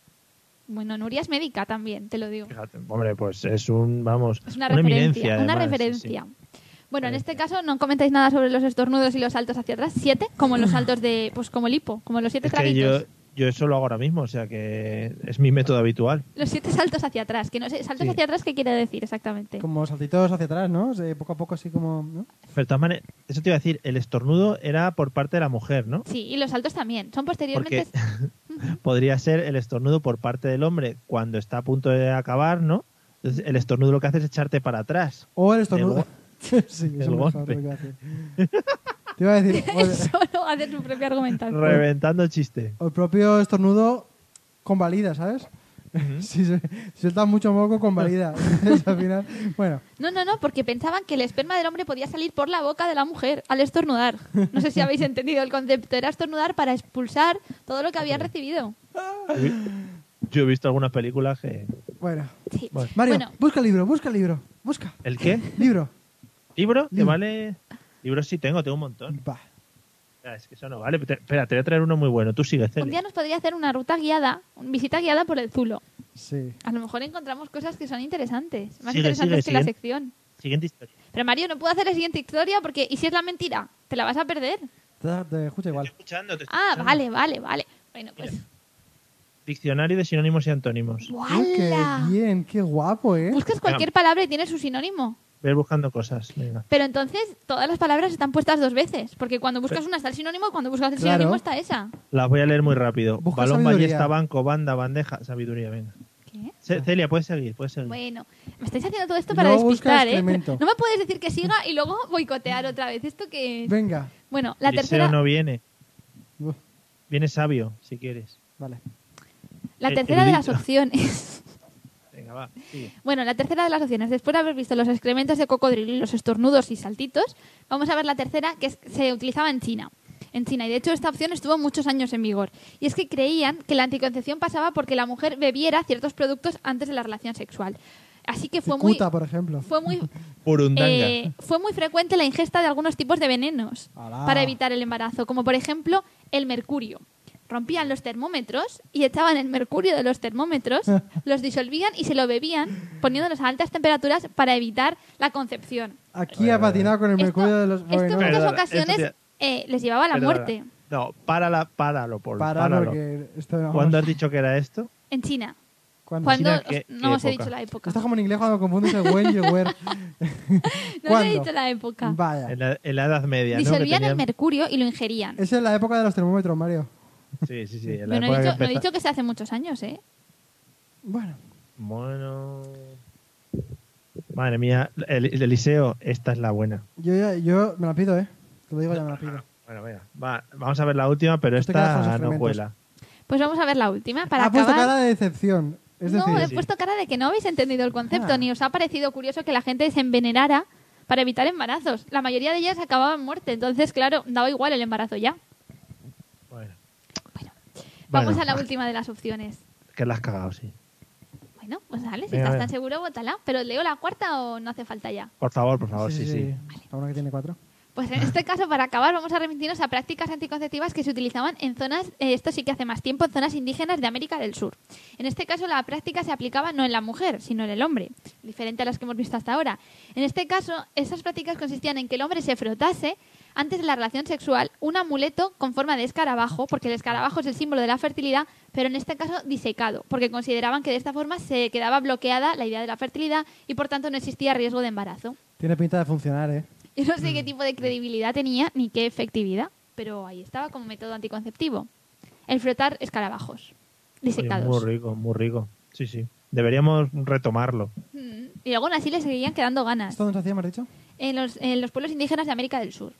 D: Bueno, Nuria es médica también, te lo digo.
A: Fíjate, hombre, pues es un, vamos,
D: Es una,
A: eminencia.
D: referencia. una
A: además, sí,
D: referencia.
A: sí.
D: Bueno, en este
A: Referencia.
D: caso no comentáis nada sobre los estornudos y los saltos hacia atrás. Siete, como los saltos de, pues como el hipo, como los siete
A: Es que
D: traguitos.
A: yo, yo eso lo hago ahora mismo, o sea que es mi método habitual.
D: Los siete saltos hacia atrás, que no sé, saltos
A: Sí.
D: hacia atrás, ¿qué quiere decir exactamente?
C: Como saltitos hacia atrás, ¿no? O sea, poco a poco así como... ¿no?
A: Pero de todas maneras, eso te iba a decir, el estornudo era por parte de la mujer, ¿no?
D: Sí, y los saltos también, son posteriormente.
A: Porque podría ser el estornudo por parte del hombre cuando está a punto de acabar, ¿no? Entonces, el estornudo lo que hace es echarte para atrás.
C: O el estornudo.
A: go-
C: sí, eso me gustaba,
A: golpe.
C: te lo iba a decir. Te iba a decir, o el,
D: Solo hace su propia argumentación.
A: Reventando el chiste.
C: o el propio estornudo convalida, ¿sabes? si, se, si sueltas mucho moco, convalida. Entonces, al final, bueno,
D: No, no, no, porque pensaban que el esperma del hombre podía salir por la boca de la mujer al estornudar. No sé si habéis entendido el concepto. Era estornudar para expulsar todo lo que había recibido.
A: Yo he visto algunas películas que...
C: bueno.
D: Sí.
A: Bueno.
C: Mario,
D: Bueno.
C: busca el libro, busca el libro, busca.
A: ¿El qué?
C: Libro.
A: ¿Libro?
D: Mm.
A: ¿Te vale? Libros sí tengo, tengo un montón.
C: Va.
A: Ah, Es que eso no vale. Te- espera, te voy a traer uno muy bueno. Tú sigue,
D: Un día
A: Celia.
D: nos podría hacer una ruta guiada, una visita guiada por el Zulo.
C: Sí.
D: A lo mejor encontramos cosas que son interesantes, más
A: Sigue,
D: interesantes
A: sigue,
D: que la
A: sigue.
D: sección.
A: Siguiente historia.
D: Pero Mario, no puedo hacer la siguiente historia porque ¿y si es la mentira? ¿Te la vas a perder?
C: Te, te escucha
A: Te
C: igual.
A: estoy escuchando, te estoy
D: Ah,
A: escuchando.
D: vale, vale, vale. Bueno, pues...
A: Diccionario de sinónimos y antónimos.
C: Uy, qué
D: ¡Wala!
C: bien, qué guapo, ¿eh?
D: Buscas cualquier palabra y tiene su sinónimo.
A: Voy a ir buscando cosas. Venga.
D: Pero entonces todas las palabras están puestas dos veces, porque cuando
A: Pues
D: buscas una está el sinónimo y cuando buscas el
C: Claro.
D: sinónimo está esa.
A: Las voy a leer muy rápido.
C: Busca
A: Balón,
C: sabiduría.
A: ballesta, banco, banda, bandeja. Sabiduría, venga.
D: ¿Qué?
A: Ce- Celia, puedes seguir, puedes seguir.
D: Ah. Bueno, me estáis haciendo todo esto para
C: No buscas
D: despistar, ¿eh?
C: Clemento.
D: No me puedes decir que siga y luego boicotear otra vez. ¿Esto que es?
C: Venga.
D: Bueno, la
A: Eliseo
D: tercera,
A: no viene.
C: Uf,
A: Viene sabio, si quieres.
C: vale.
D: la
A: el-
D: tercera
A: el
D: de las
A: dicho.
D: opciones.
A: Venga, va. sigue.
D: Bueno, la tercera de las opciones. Después de haber visto los excrementos de cocodrilo y los estornudos y saltitos, vamos a ver la tercera que es- se utilizaba en China. En China, y de hecho esta opción estuvo muchos años en vigor. Y es que creían que la anticoncepción pasaba porque la mujer bebiera ciertos productos antes de la relación sexual. Así que fue muy,
C: Cicuta, por ejemplo.
D: fue muy,
A: Burundanga.
D: eh, fue muy frecuente la ingesta de algunos tipos de venenos
C: Alá.
D: para evitar el embarazo, como por ejemplo el mercurio. Rompían los termómetros y echaban el mercurio de los termómetros, los disolvían y se lo bebían poniéndolos a altas temperaturas para evitar la concepción.
C: Aquí ha patinado con el
D: Esto-
C: mercurio de los.
D: esto en
A: Perdona,
D: muchas
A: esto
D: ocasiones
A: te-
D: eh, les llevaba a la
A: Perdona.
D: muerte
A: No, párala, páralo, Paul,
C: para
A: páralo.
C: porque esto no.
A: ¿Cuándo has dicho que era esto?
D: en China.
C: ¿Cuándo?
D: Cuando
A: China, Ah, ¿qué-
D: no
A: qué
D: os he
A: época?
D: dicho la época.
C: Estás como en inglés cuando confundes el when y el where.
D: No os he
C: ¿Cuándo?
D: dicho la época.
C: Vaya.
A: En la, en la Edad Media, ¿no? Que
D: Disolvían el
A: tenían-
D: mercurio y lo ingerían.
C: Esa es la época de los termómetros, Mario.
A: Sí, sí, sí. en la
D: Pero no
A: época que
D: he, dicho, no he
A: empezó-
D: dicho que se hace muchos años, ¿eh?
C: Bueno.
A: Bueno. Madre mía, el, el Eliseo, esta es la buena.
C: Yo, ya- yo me la pido, ¿eh? Te lo digo, ya me la pido.
A: Bueno, venga, va, vamos a ver la última, pero
C: Tú te quedas con los
A: esta no
C: fermentos.
A: cuela.
D: Pues vamos a ver la última para
C: ha
D: acabar.
C: puesto cara de decepción. Es
D: no,
C: decir,
D: he puesto cara de que no habéis entendido el concepto,
C: Ah.
D: ni os ha parecido curioso que la gente se envenenara para evitar embarazos. La mayoría de ellas acababan en muerte, entonces, claro, daba igual el embarazo ya.
A: Bueno.
D: Vamos
A: Bueno,
D: a la última de las opciones.
A: Que la has cagado, sí.
D: Bueno, pues dale, si
A: Venga,
D: estás
A: venga.
D: tan seguro, bótala. Pero leo la cuarta o no hace falta ya.
A: Por favor, por favor, sí, sí.
C: La una que tiene cuatro.
D: Pues en este caso, para acabar, vamos a remitirnos a prácticas anticonceptivas que se utilizaban en zonas, eh, esto sí que hace más tiempo, en zonas indígenas de América del Sur. En este caso, la práctica se aplicaba no en la mujer, sino en el hombre, diferente a las que hemos visto hasta ahora. En este caso, esas prácticas consistían en que el hombre se frotase antes de la relación sexual un amuleto con forma de escarabajo, porque el escarabajo es el símbolo de la fertilidad, pero en este caso disecado, porque consideraban que de esta forma se quedaba bloqueada la idea de la fertilidad y por tanto no existía riesgo de embarazo.
C: Tiene pinta de funcionar, ¿eh?
D: Yo no sé
A: Mm.
D: qué tipo de credibilidad tenía ni qué efectividad, pero ahí estaba como método anticonceptivo. El frotar escarabajos,
A: Oye,
D: disecados.
A: muy rico, muy rico. Sí, sí. Deberíamos retomarlo.
D: Mm, Y luego aún así le seguían quedando ganas
C: ¿Esto dónde se hacía, me has dicho?
D: en los, en los pueblos indígenas de América del Sur.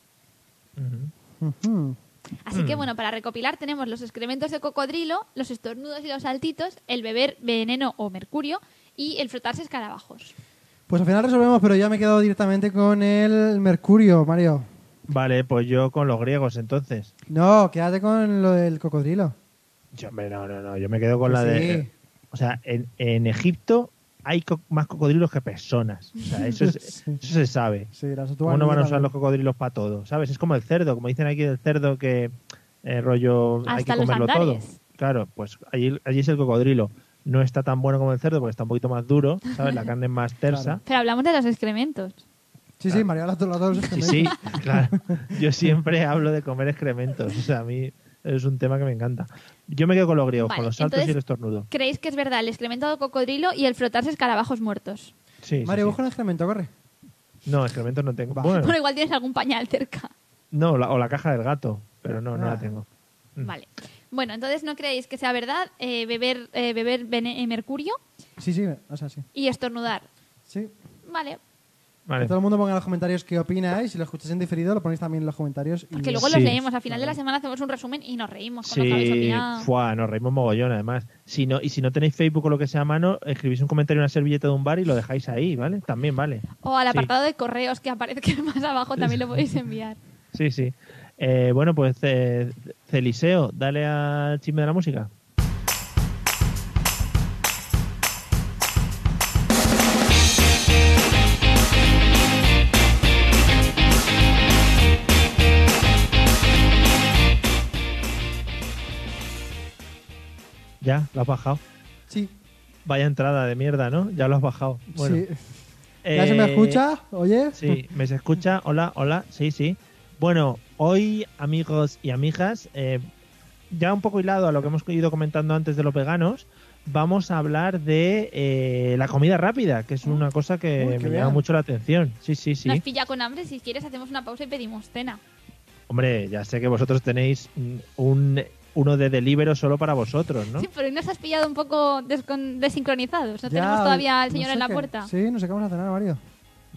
A: Ujú.
C: Ujú.
D: Así
A: Mm.
D: que bueno, para recopilar tenemos los excrementos de cocodrilo, los estornudos y los saltitos, el beber veneno o mercurio y el frotarse escarabajos.
C: Pues al final resolvemos, pero ya me he quedado directamente con el mercurio, Mario.
A: Vale, pues yo con los griegos, entonces.
C: No, quédate con lo del cocodrilo.
A: Yo, hombre, no, no, no. Yo me quedo con
C: Que
A: la de. eh,
C: sí.
A: o sea, en, en Egipto hay co- más cocodrilos que personas. O sea, eso, es-
C: Sí.
A: eso se sabe.
C: Sí, las
A: ¿Cómo no van a usar los cocodrilos para todo? ¿Sabes? Es como el cerdo, como dicen aquí del cerdo que eh, rollo hay
D: Hasta
A: que
D: los
A: comerlo todo.
D: andares.
A: Claro, pues allí, allí es el cocodrilo. No está tan bueno como el cerdo porque está un poquito más duro, ¿sabes? La carne es más tersa.
D: Pero hablamos de los excrementos.
C: Sí, sí, Mario, las dos. las dos
A: Sí, sí, claro. Yo siempre hablo de comer excrementos. O sea, a mí es un tema que me encanta. Yo me quedo con los griegos,
D: Vale,
A: con los saltos y
D: entonces-
A: el estornudo.
D: ¿Creéis que es verdad el excremento de cocodrilo y el frotarse escarabajos muertos?
A: Sí, sí,
C: Mario,
A: sí.
C: busca el excremento, corre.
A: No, excrementos no tengo.
C: Va.
A: Bueno,
D: Bueno, igual tienes algún pañal cerca.
A: no, la- o la caja del gato, pero no, no
C: Ah.
A: la tengo. Mm.
D: Vale. Bueno, entonces no creéis que sea verdad eh, beber, eh, beber vene- eh, mercurio
C: Sí, sí, o sea, sí.
D: y estornudar.
C: Sí.
D: Vale.
A: Vale.
C: Que todo el mundo ponga en los comentarios qué opina y si lo escucháis en diferido lo ponéis también en los comentarios. Y
D: Que luego
A: Mm, Sí.
D: los leemos. Al final de la semana hacemos un resumen y nos reímos con lo que habéis
A: Sí,
D: opinado.
A: fuá, nos reímos mogollón además. Si no, y si no tenéis Facebook o lo que sea a mano, escribís un comentario en una servilleta de un bar y lo dejáis ahí, ¿vale? También vale.
D: O al
A: Sí.
D: apartado de correos que aparece más abajo también lo podéis enviar.
A: Sí, sí. Eh, bueno, pues eh, Celiseo, dale al chisme de la música. Ya, lo has bajado.
C: Sí,
A: Vaya entrada de mierda, ¿no? Ya lo has bajado. Bueno,
C: sí. ¿Ya se me
A: eh,
C: escucha? ¿Oye?
A: Sí, me se escucha. Hola, hola, sí, sí. Bueno, hoy, amigos y amigas, eh, ya un poco hilado a lo que hemos ido comentando antes de los veganos, vamos a hablar de eh, la comida rápida, que es una cosa que
C: Uy, qué
A: me
C: bien.
A: llama mucho la atención. Sí, sí, sí.
D: Nos pilla con hambre. Si quieres, hacemos una pausa y pedimos cena.
A: Hombre, ya sé que vosotros tenéis mm, un uno de delibero solo para vosotros, ¿no?
D: Sí, pero hoy nos has pillado un poco descon- desincronizados. No
C: Ya,
D: tenemos todavía al
C: no
D: señor
C: sé
D: en la
C: qué.
D: puerta.
C: Sí, no sé qué vamos a cenar, Mario.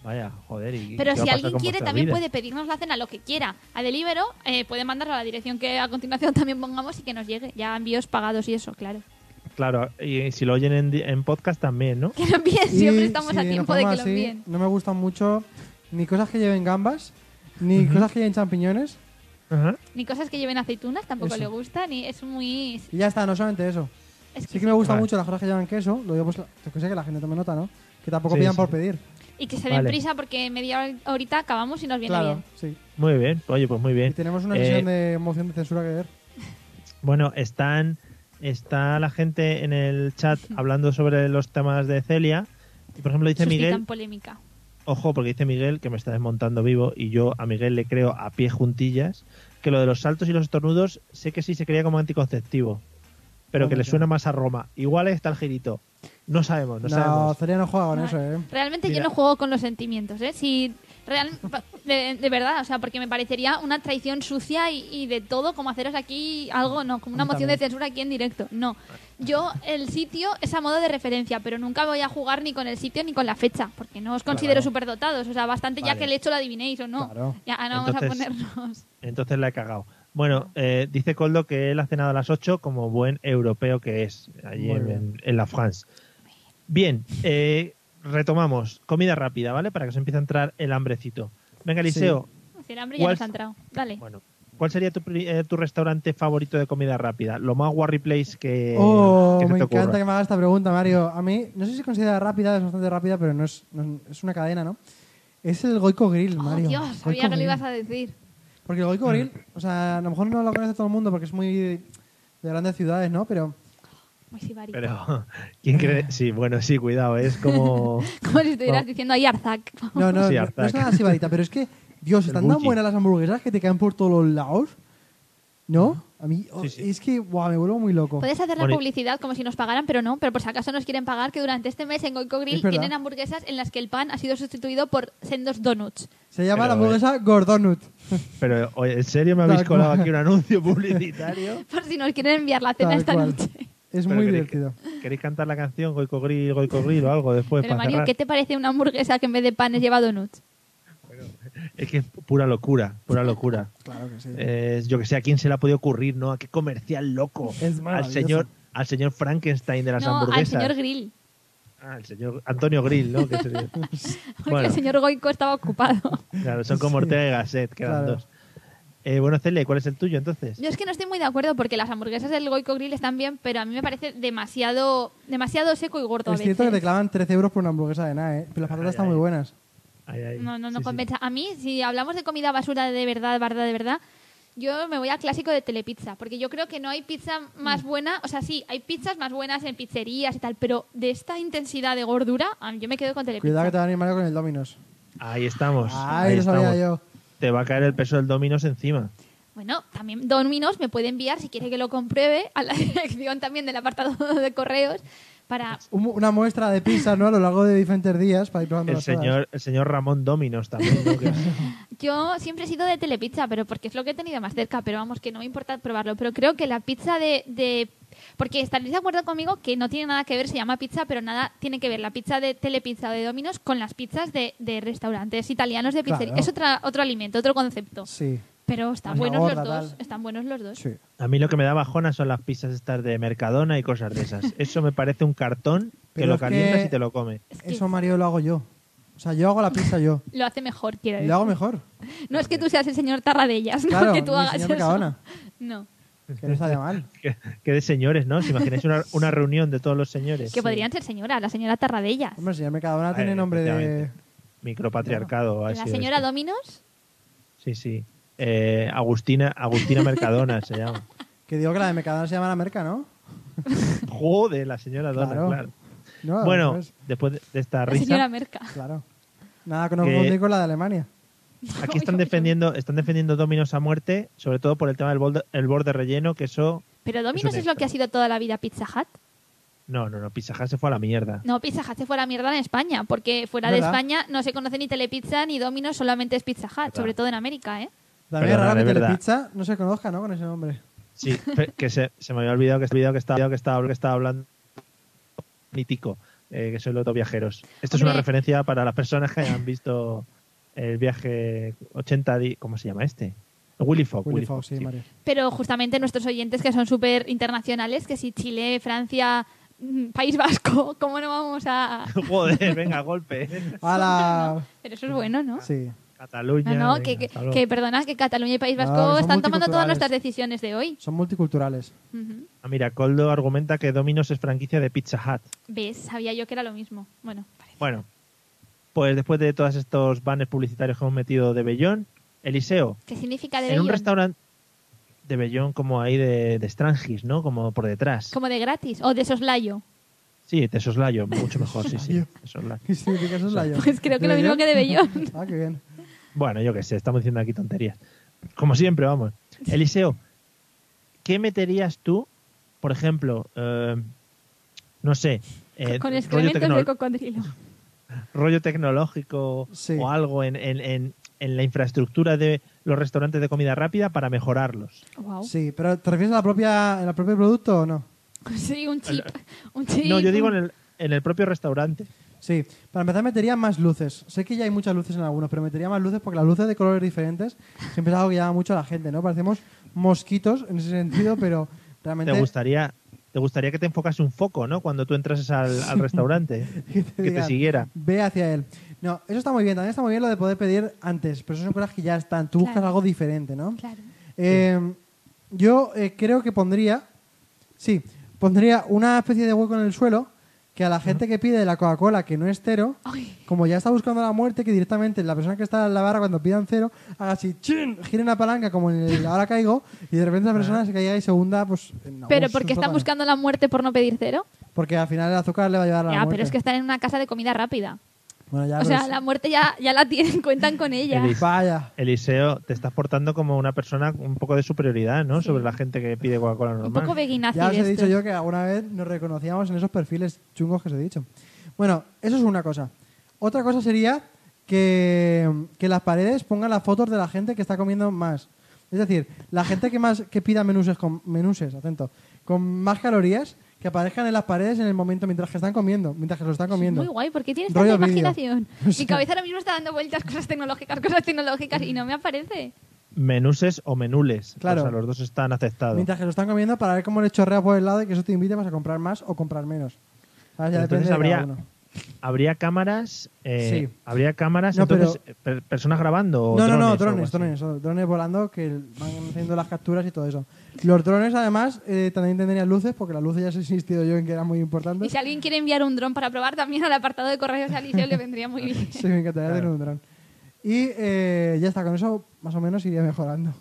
A: Vaya, joder. ¿y
D: Pero
A: qué va a
D: si
A: pasar
D: alguien
A: con
D: quiere,
A: vuestra
D: también
A: vida?
D: puede pedirnos la cena lo que quiera. A Delivero eh, puede mandarlo a la dirección que a continuación también pongamos y que nos llegue. Ya envíos pagados y eso, claro.
A: Claro, y si lo oyen en, di- en podcast también, ¿no?
D: Que lo envíen,
C: Y
D: siempre estamos
C: si
D: a
C: nos
D: tiempo de que
C: ponemos
D: lo
C: así,
D: envíen.
C: No me gustan mucho ni cosas que lleven gambas, ni cosas que lleven champiñones.
A: Ajá.
D: Ni cosas que lleven aceitunas tampoco
C: Eso.
D: le gustan, ni es muy...
C: Y ya está, no solamente eso.
D: es
C: Sí
D: que-
C: que me gustan
A: Vale.
C: mucho las cosas que llevan queso, lo digo pues, yo que sé, que la gente tome nota, ¿no? Que tampoco
A: Sí,
C: pidan
A: sí.
C: por pedir.
D: Y que se den
A: Vale.
D: prisa porque media horita acabamos y nos viene
C: claro,
D: bien.
C: sí.
A: Muy bien, oye, pues muy bien.
C: Y tenemos una
A: Eh,
C: sesión de moción de censura que ver.
A: Bueno, están está la gente en el chat hablando sobre los temas de Celia. Y por ejemplo dice
D: Suscitan
A: Miguel,
D: polémica.
A: ojo, porque dice Miguel que me está desmontando vivo y yo a Miguel le creo a pie juntillas que lo de los saltos y los estornudos sé que sí se creía como anticonceptivo, pero que le suena más a Roma. Igual está el girito. No sabemos, no,
C: No,
A: sabemos.
C: Celia no juega con eso, ¿eh?
D: Realmente
A: Mira.
D: yo no juego con los sentimientos, ¿eh? Si real, pa- de, de verdad, o sea, porque me parecería una traición sucia y, y de todo, como haceros aquí algo, no, como una
C: A mí
D: moción de
C: también.
D: censura aquí en directo. No, yo el sitio es a modo de referencia, pero nunca voy a jugar ni con el sitio ni con la fecha, porque no os considero superdotados, o sea, bastante ya
A: Vale.
D: que el hecho lo adivinéis o no.
C: Claro.
D: Ya no vamos
A: Entonces-
D: a ponernos.
A: Entonces la he cagado. Bueno, eh, dice Coldo que él ha cenado a las 8 como buen europeo que es, allí
C: Muy
A: en,
C: bien.
A: en- en la France. Bien, eh, retomamos. Comida rápida, ¿vale? Para que se empiece a entrar el hambrecito. Venga, Eliseo,
D: Si El hambre ya
A: ¿Cuál
D: nos ha
A: es-
D: entrado. Dale.
A: bueno, ¿cuál sería tu, pri- eh, tu restaurante favorito de comida rápida? Lo más warry place que,
C: Oh,
A: Eh, que se
C: me
A: te ocurra.
C: encanta que me hagas esta pregunta, Mario. A mí, no sé si se considera rápida, es bastante rápida, pero no es, no es es una cadena, ¿no? Es el Goico Grill,
D: Oh,
C: Mario.
D: Dios, sabía
C: Goico
D: que lo
C: Grill.
D: ibas a decir.
C: Porque el Goico Grill, o sea, a lo mejor no lo conoce todo el mundo porque es muy de grandes ciudades, ¿no? Pero
D: Muy sibarita.
A: Pero, ¿quién cree? Sí, bueno, sí, cuidado, es como...
D: Como si estuvieras
A: No.
D: diciendo ahí Arzak.
C: No, no,
A: Sí,
C: no,
A: Artac.
C: no es nada así, varita, pero es que, Dios,
A: El
C: están tan
A: Buki.
C: buenas las hamburguesas que te caen por todos los lados. ¿No? A mí, oh,
A: Sí, sí.
C: es que, guau, me vuelvo muy loco.
D: Puedes hacer la
A: Bueno, y-
D: publicidad como si nos pagaran, pero no. Pero por si acaso nos quieren pagar, que durante este mes en Goico Grill
C: Es verdad.
D: tienen hamburguesas en las que el pan ha sido sustituido por sendos donuts.
C: Se llama
A: Pero,
C: la hamburguesa Gordonut.
A: Pero, oye, ¿en serio me habéis
C: Tal
A: colado
C: cual.
A: aquí un anuncio publicitario?
D: Por si nos quieren enviar la cena
C: Tal
D: esta
C: cual.
D: noche.
C: Es
A: Pero
C: muy
A: queréis-
C: divertido.
A: ¿Queréis cantar la canción Goico Grill, Goico Grill o algo después
D: pero
A: para
D: Mario,
A: cerrar?
D: ¿qué te parece una hamburguesa que en vez de panes lleva donuts?
A: Es que es pura locura, pura locura.
C: Claro que sí.
A: Eh, yo que sé, ¿a quién se le ha podido ocurrir, no? ¿A qué comercial loco?
C: Es
A: al
C: maravilloso.
A: señor Al señor Frankenstein de las
D: no, al
A: hamburguesas.
D: señor Grill.
A: Ah, al señor Antonio Grill, ¿no? Que sería-
D: Porque
A: bueno,
D: el señor Goico estaba ocupado.
A: claro, son como Ortega y Gasset, que eran
C: Claro.
A: dos. Eh, bueno, Celia, ¿cuál es el tuyo entonces?
D: Yo es que no estoy muy de acuerdo porque las hamburguesas del Goico Grill están bien, pero a mí me parece demasiado, demasiado seco y gordo a
C: es
D: veces.
C: cierto que te clavan 13 euros por una hamburguesa de nada, ¿eh? Pero las patatas están muy buenas.
A: Ay, ay.
D: No, no,
A: Sí,
D: no
A: sí.
D: compensa. A mí, si hablamos de comida basura de verdad, barda de verdad, yo me voy al clásico de Telepizza, porque yo creo que no hay pizza más
C: Mm.
D: buena, o sea, sí, hay pizzas más buenas en pizzerías y tal, pero de esta intensidad de gordura, a mí- yo me quedo con Telepizza.
C: Cuidado que te van a animar con el Dominos.
A: Ahí estamos. Pues
C: Ay,
A: ahí
C: lo sabía
A: estamos.
C: yo.
A: Te va a caer el peso del dominos encima.
D: Bueno, también Domino's me puede enviar, si quiere que lo compruebe, a la dirección también del apartado de correos para...
C: Un- una muestra de pizza, ¿no? A lo largo de diferentes días para ir probando
A: El
C: las todas.
A: señor, el señor Ramón Dominos también. ¿no? Que-
D: Yo siempre he sido de telepizza, pero porque es lo que he tenido más cerca, pero vamos, que no me importa probarlo. Pero creo que la pizza de, de Porque estaréis de acuerdo conmigo que no tiene nada que ver, se llama pizza, pero nada tiene que ver la pizza de telepizza o de dominos con las pizzas de, de restaurantes italianos de pizzería.
C: Claro.
D: Es otra, otro alimento, otro concepto.
C: Sí,
D: Pero están
C: Una
D: buenos
C: gorda,
D: los dos.
C: tal.
D: Están buenos los dos.
C: sí.
A: A mí lo que me da bajona son las pizzas estas de Mercadona y cosas de esas. Eso me parece un cartón que
C: Pero
A: lo
C: es que-
A: calientas y te lo comes.
D: Es que
C: Eso, Mario, lo hago yo. O sea, yo hago la pizza yo.
D: lo hace mejor, quiero
C: Y
D: decir.
C: la hago mejor.
D: No es que tú seas el señor Tarradellas, no
C: Claro,
D: que tú
C: ni
D: hagas
C: señor
D: eso.
C: Mercadona.
D: No.
C: Que no está de mal.
A: Que, que de señores, ¿no? Si imagináis una, una reunión de todos los señores.
D: Que podrían ser señora, la señora Tarradellas.
C: Hombre, si ya me cada una tiene
A: Eh,
C: nombre de...
A: efectivamente. Micropatriarcado. ha
D: La
A: sido
D: señora
A: esto.
D: Dominos.
A: Sí, sí. Eh, Agustina, Agustina Mercadona se llama.
C: Que digo que la de Mercadona se llama la Merca, ¿no?
A: Joder, la señora Dona,
C: Claro.
A: claro.
C: No,
A: Bueno,
C: pues,
A: después de- de esta
D: La
A: risa,
D: señora Merca.
C: claro. Nada, que no
A: Que-
C: confundir con la de Alemania.
A: aquí están defendiendo, están defendiendo Dominos a muerte, sobre todo por el tema del borde, el borde relleno, que eso...
D: Pero Dominos es,
A: un
D: lo que
A: extra.
D: ha sido toda la vida Pizza Hut.
A: No, no, no, Pizza Hut se fue a la mierda.
D: No, Pizza Hut se fue a la mierda en España, porque fuera
C: Es
D: de
C: verdad.
D: España no se conoce ni Telepizza ni Dominos, solamente es Pizza Hut, sobre todo en América, ¿eh?
C: También es
A: Perdona,
C: raro que
A: de verdad.
C: Telepizza no se conozca, ¿no? Con ese nombre.
A: Sí, fe- que se, se me había olvidado que, olvidado que, estaba, que, estaba, que estaba hablando mítico, eh, que son los dos viajeros. Esto es una
D: Hombre.
A: referencia para las personas que han visto el viaje 80... di- ¿Cómo se llama este? Willy Fox.
C: Willy Fox, sí, Mario.
D: Pero justamente nuestros oyentes que son súper internacionales, que si Chile, Francia, mm, País Vasco, ¿cómo no vamos a...?
A: Joder, venga, golpe.
C: A la...
D: Pero eso es bueno, ¿no?
C: Sí.
A: Cataluña.
D: No, no,
A: venga,
D: que, que,
A: hasta luego.
D: que perdona, que Cataluña y País
C: No,
D: Vasco
C: que son
D: están tomando
C: multiculturales.
D: todas nuestras decisiones de hoy.
C: Son multiculturales.
D: Ujú.
A: Ah, mira, Coldo argumenta que Domino's es franquicia de Pizza Hut.
D: ¿Ves? Sabía yo que era lo mismo. Bueno, parece.
A: Bueno, pues después de todos estos banners publicitarios que hemos metido de Bellón, Eliseo,
D: ¿Qué significa de
A: en un
D: bellón?
A: restaurante de Bellón como ahí de, de Strangis, ¿no? Como por detrás.
D: Como de gratis o de soslayo.
A: Sí, te soslayo, mucho mejor, sí, sí. te soslayo.
C: ¿Qué significa eso? ¿La yo?
D: Pues creo que lo
C: ¿De
D: mismo
C: Bellón?
D: que de Bellón.
C: Ah, qué bien.
A: Bueno, yo qué sé, estamos diciendo aquí tonterías. Como siempre, vamos. Eliseo, ¿qué meterías tú, por ejemplo, eh, no sé, eh,
D: con
A: rollo
D: excrementos
A: tecnol-
D: de cocodrilo.
A: rollo tecnológico
C: Sí.
A: o algo en, en- en- en la infraestructura de los restaurantes de comida rápida para mejorarlos.
D: Wow. Sí.
C: Sí, pero ¿te refieres a la propia, al propio producto o no?
D: un chip. Un chip.
A: No, yo digo en
D: un-
A: el, en el propio restaurante.
C: Sí, para empezar metería más luces. Sé que ya hay muchas luces en algunos, pero metería más luces porque las luces de colores diferentes siempre es algo que llama mucho a la gente, ¿no? Parecemos mosquitos en ese sentido, pero realmente...
A: Te gustaría, te gustaría que te enfocase un foco, ¿no? Cuando tú entrases al, al restaurante, que
C: que te
A: te
C: digan,
A: siguiera.
C: Ve hacia él. No, eso está muy bien. También está muy bien lo de poder pedir antes, pero eso son cosas que ya están. Tú buscas
D: Claro.
C: algo diferente, ¿no?
D: Claro.
C: Eh, yo eh, creo que pondría, sí, pondría una especie de hueco en el suelo que a la gente que pide la Coca-Cola que no es cero,
D: Ay.
C: como ya está buscando la muerte, que directamente la persona que está en la barra cuando pidan cero haga así, chin, gire una palanca como en el ahora caigo y de repente la persona se caiga y segunda, pues... en
D: Pero
C: algún
D: porque están
C: sótano.
D: buscando la muerte por no pedir cero.
C: Porque al final el azúcar le va a llevar a la
D: Ya,
C: muerte.
D: pero es que están en una casa de comida rápida.
C: Bueno, ya,
D: o
C: pero
D: sea,
C: es-
D: la muerte ya, ya la tienen, cuentan con ella.
A: Elis-
C: Vaya.
A: Eliseo, te estás portando como una persona un poco de superioridad, ¿no? Sobre la gente que pide Coca-Cola
D: Un
A: normal.
D: poco veguinazi
C: Ya os he
D: de
C: dicho
D: esto.
C: yo que alguna vez nos reconocíamos en esos perfiles chungos que os he dicho. Bueno, eso es una cosa. Otra cosa sería que, que las paredes pongan las fotos de la gente que está comiendo más. Es decir, la gente que más que pida menuses con menuses, atento, con más calorías que aparezcan en las paredes en el momento mientras que están comiendo, mientras que lo están comiendo.
D: Muy guay, porque tienes
C: Rollo
D: tanta
C: vídeo.
D: imaginación.
C: O sea-
D: Mi cabeza ahora mismo está dando vueltas cosas tecnológicas, cosas tecnológicas y no me aparece.
A: Menuses o menules.
C: Claro.
A: O sea, los dos están aceptados.
C: Mientras que lo están comiendo para ver cómo les chorrea por el lado y que eso te invite a comprar más o comprar menos. ¿Sabes? Ya
A: Entonces
C: depende de
A: habría-
C: cada uno.
A: Habría cámaras, eh,
C: Sí.
A: habría cámaras,
C: No, pero-
A: entonces, eh, per- personas grabando o
C: No, no, no,
A: drones,
C: drones,
A: o algo así.
C: drones, o drones volando que van haciendo las capturas y todo eso. Los drones, además, eh, también tendrían luces, porque las luces ya os he insistido yo en que eran muy
D: Y
C: importantes.
D: si alguien quiere enviar un dron para probar también al apartado de correos de Alicia le vendría muy bien.
C: Sí, me encantaría tener un dron. Y eh, ya está, con eso más o menos iría mejorando.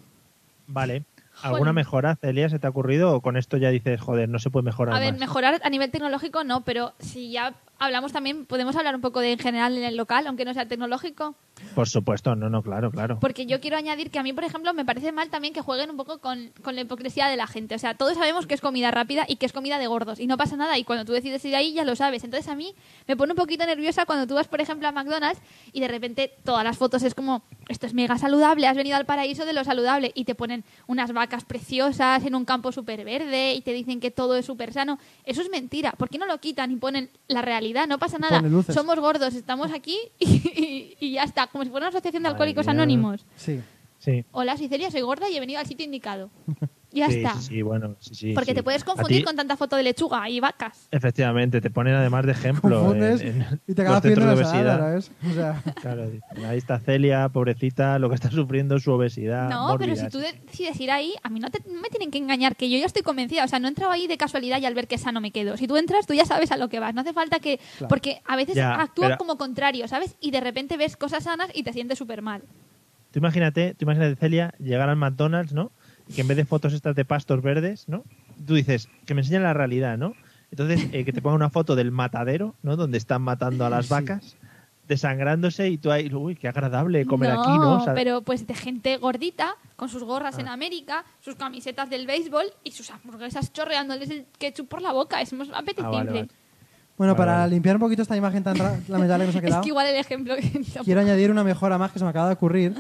A: Vale.
D: Jolín.
A: ¿Alguna mejora, Celia, se te ha ocurrido? ¿O con esto ya dices, joder, no se puede mejorar
D: A ver,
A: más?
D: mejorar a nivel tecnológico no, pero si ya hablamos también, podemos hablar un poco de en general en el local, aunque no sea tecnológico.
A: Por supuesto, no, no, claro, claro.
D: Porque yo quiero añadir que a mí, por ejemplo, me parece mal también que jueguen un poco con, con la hipocresía de la gente. O sea, todos sabemos que es comida rápida y que es comida de gordos. Y no pasa nada. Y cuando tú decides ir ahí, ya lo sabes. Entonces a mí me pone un poquito nerviosa cuando tú vas, por ejemplo, a McDonald's y de repente todas las fotos es como, esto es mega saludable, has venido al paraíso de lo saludable. Y te ponen unas vacas preciosas en un campo súper verde y te dicen que todo es súper sano. Eso es mentira. ¿Por qué no lo quitan y ponen la realidad? No pasa nada.
C: Ponen luces.
D: Somos gordos, estamos aquí y, y- y ya está. Como si fuera una asociación de
A: Madre
D: alcohólicos
A: mía.
D: anónimos.
C: Sí.
A: Sí.
D: Hola, soy Celia, soy gorda y he venido al sitio indicado. Ya
A: sí,
D: está.
A: sí, sí, bueno, sí, sí,
D: Porque
A: sí.
D: te puedes
A: A
D: confundir
A: ti-
D: con tanta foto de lechuga y vacas.
A: Efectivamente, te ponen además de ejemplo.
C: Confundes
A: en- en
C: y te
A: los
C: acabas pidiendo
A: centros
C: la
A: de
C: ensalada,
A: obesidad.
C: ¿sabes? O sea,
A: Claro, dicen, ahí está Celia, pobrecita, lo que está sufriendo es su obesidad.
D: no,
A: mórbida,
D: pero si tú
A: sí.
D: decides ir ahí, a mí no, te- no me tienen que engañar, que yo ya estoy convencida. O sea, no he entrado ahí de casualidad y al ver que sano me quedo. Si tú entras, tú ya sabes a lo que vas. No hace falta que. Porque a veces
A: Ya,
D: actúan
A: pero-
D: como contrario, ¿sabes? Y de repente ves cosas sanas y te sientes súper mal.
A: Tú imagínate, tú imagínate, Celia, llegar al McDonald's, ¿no? Que en vez de fotos estas de pastos verdes, ¿no? Tú dices, que me enseñen la realidad, ¿no? Entonces, eh, que te ponga una foto del matadero, ¿no? Donde están matando a las vacas, desangrándose y tú ahí, uy, qué agradable comer
D: no,
A: aquí, ¿no? O sea, Ah.
D: pero pues de gente gordita, con sus gorras en América, sus camisetas del béisbol y sus hamburguesas chorreándoles el ketchup por la boca. Es más apetecible.
A: Ah, vale. Vale,
C: bueno, para
A: vale.
C: limpiar un poquito esta imagen tan ra- lamentable que nos ha
D: Es
C: quedado,
D: que igual el ejemplo que
C: quiero añadir una mejora más que se me acaba de ocurrir,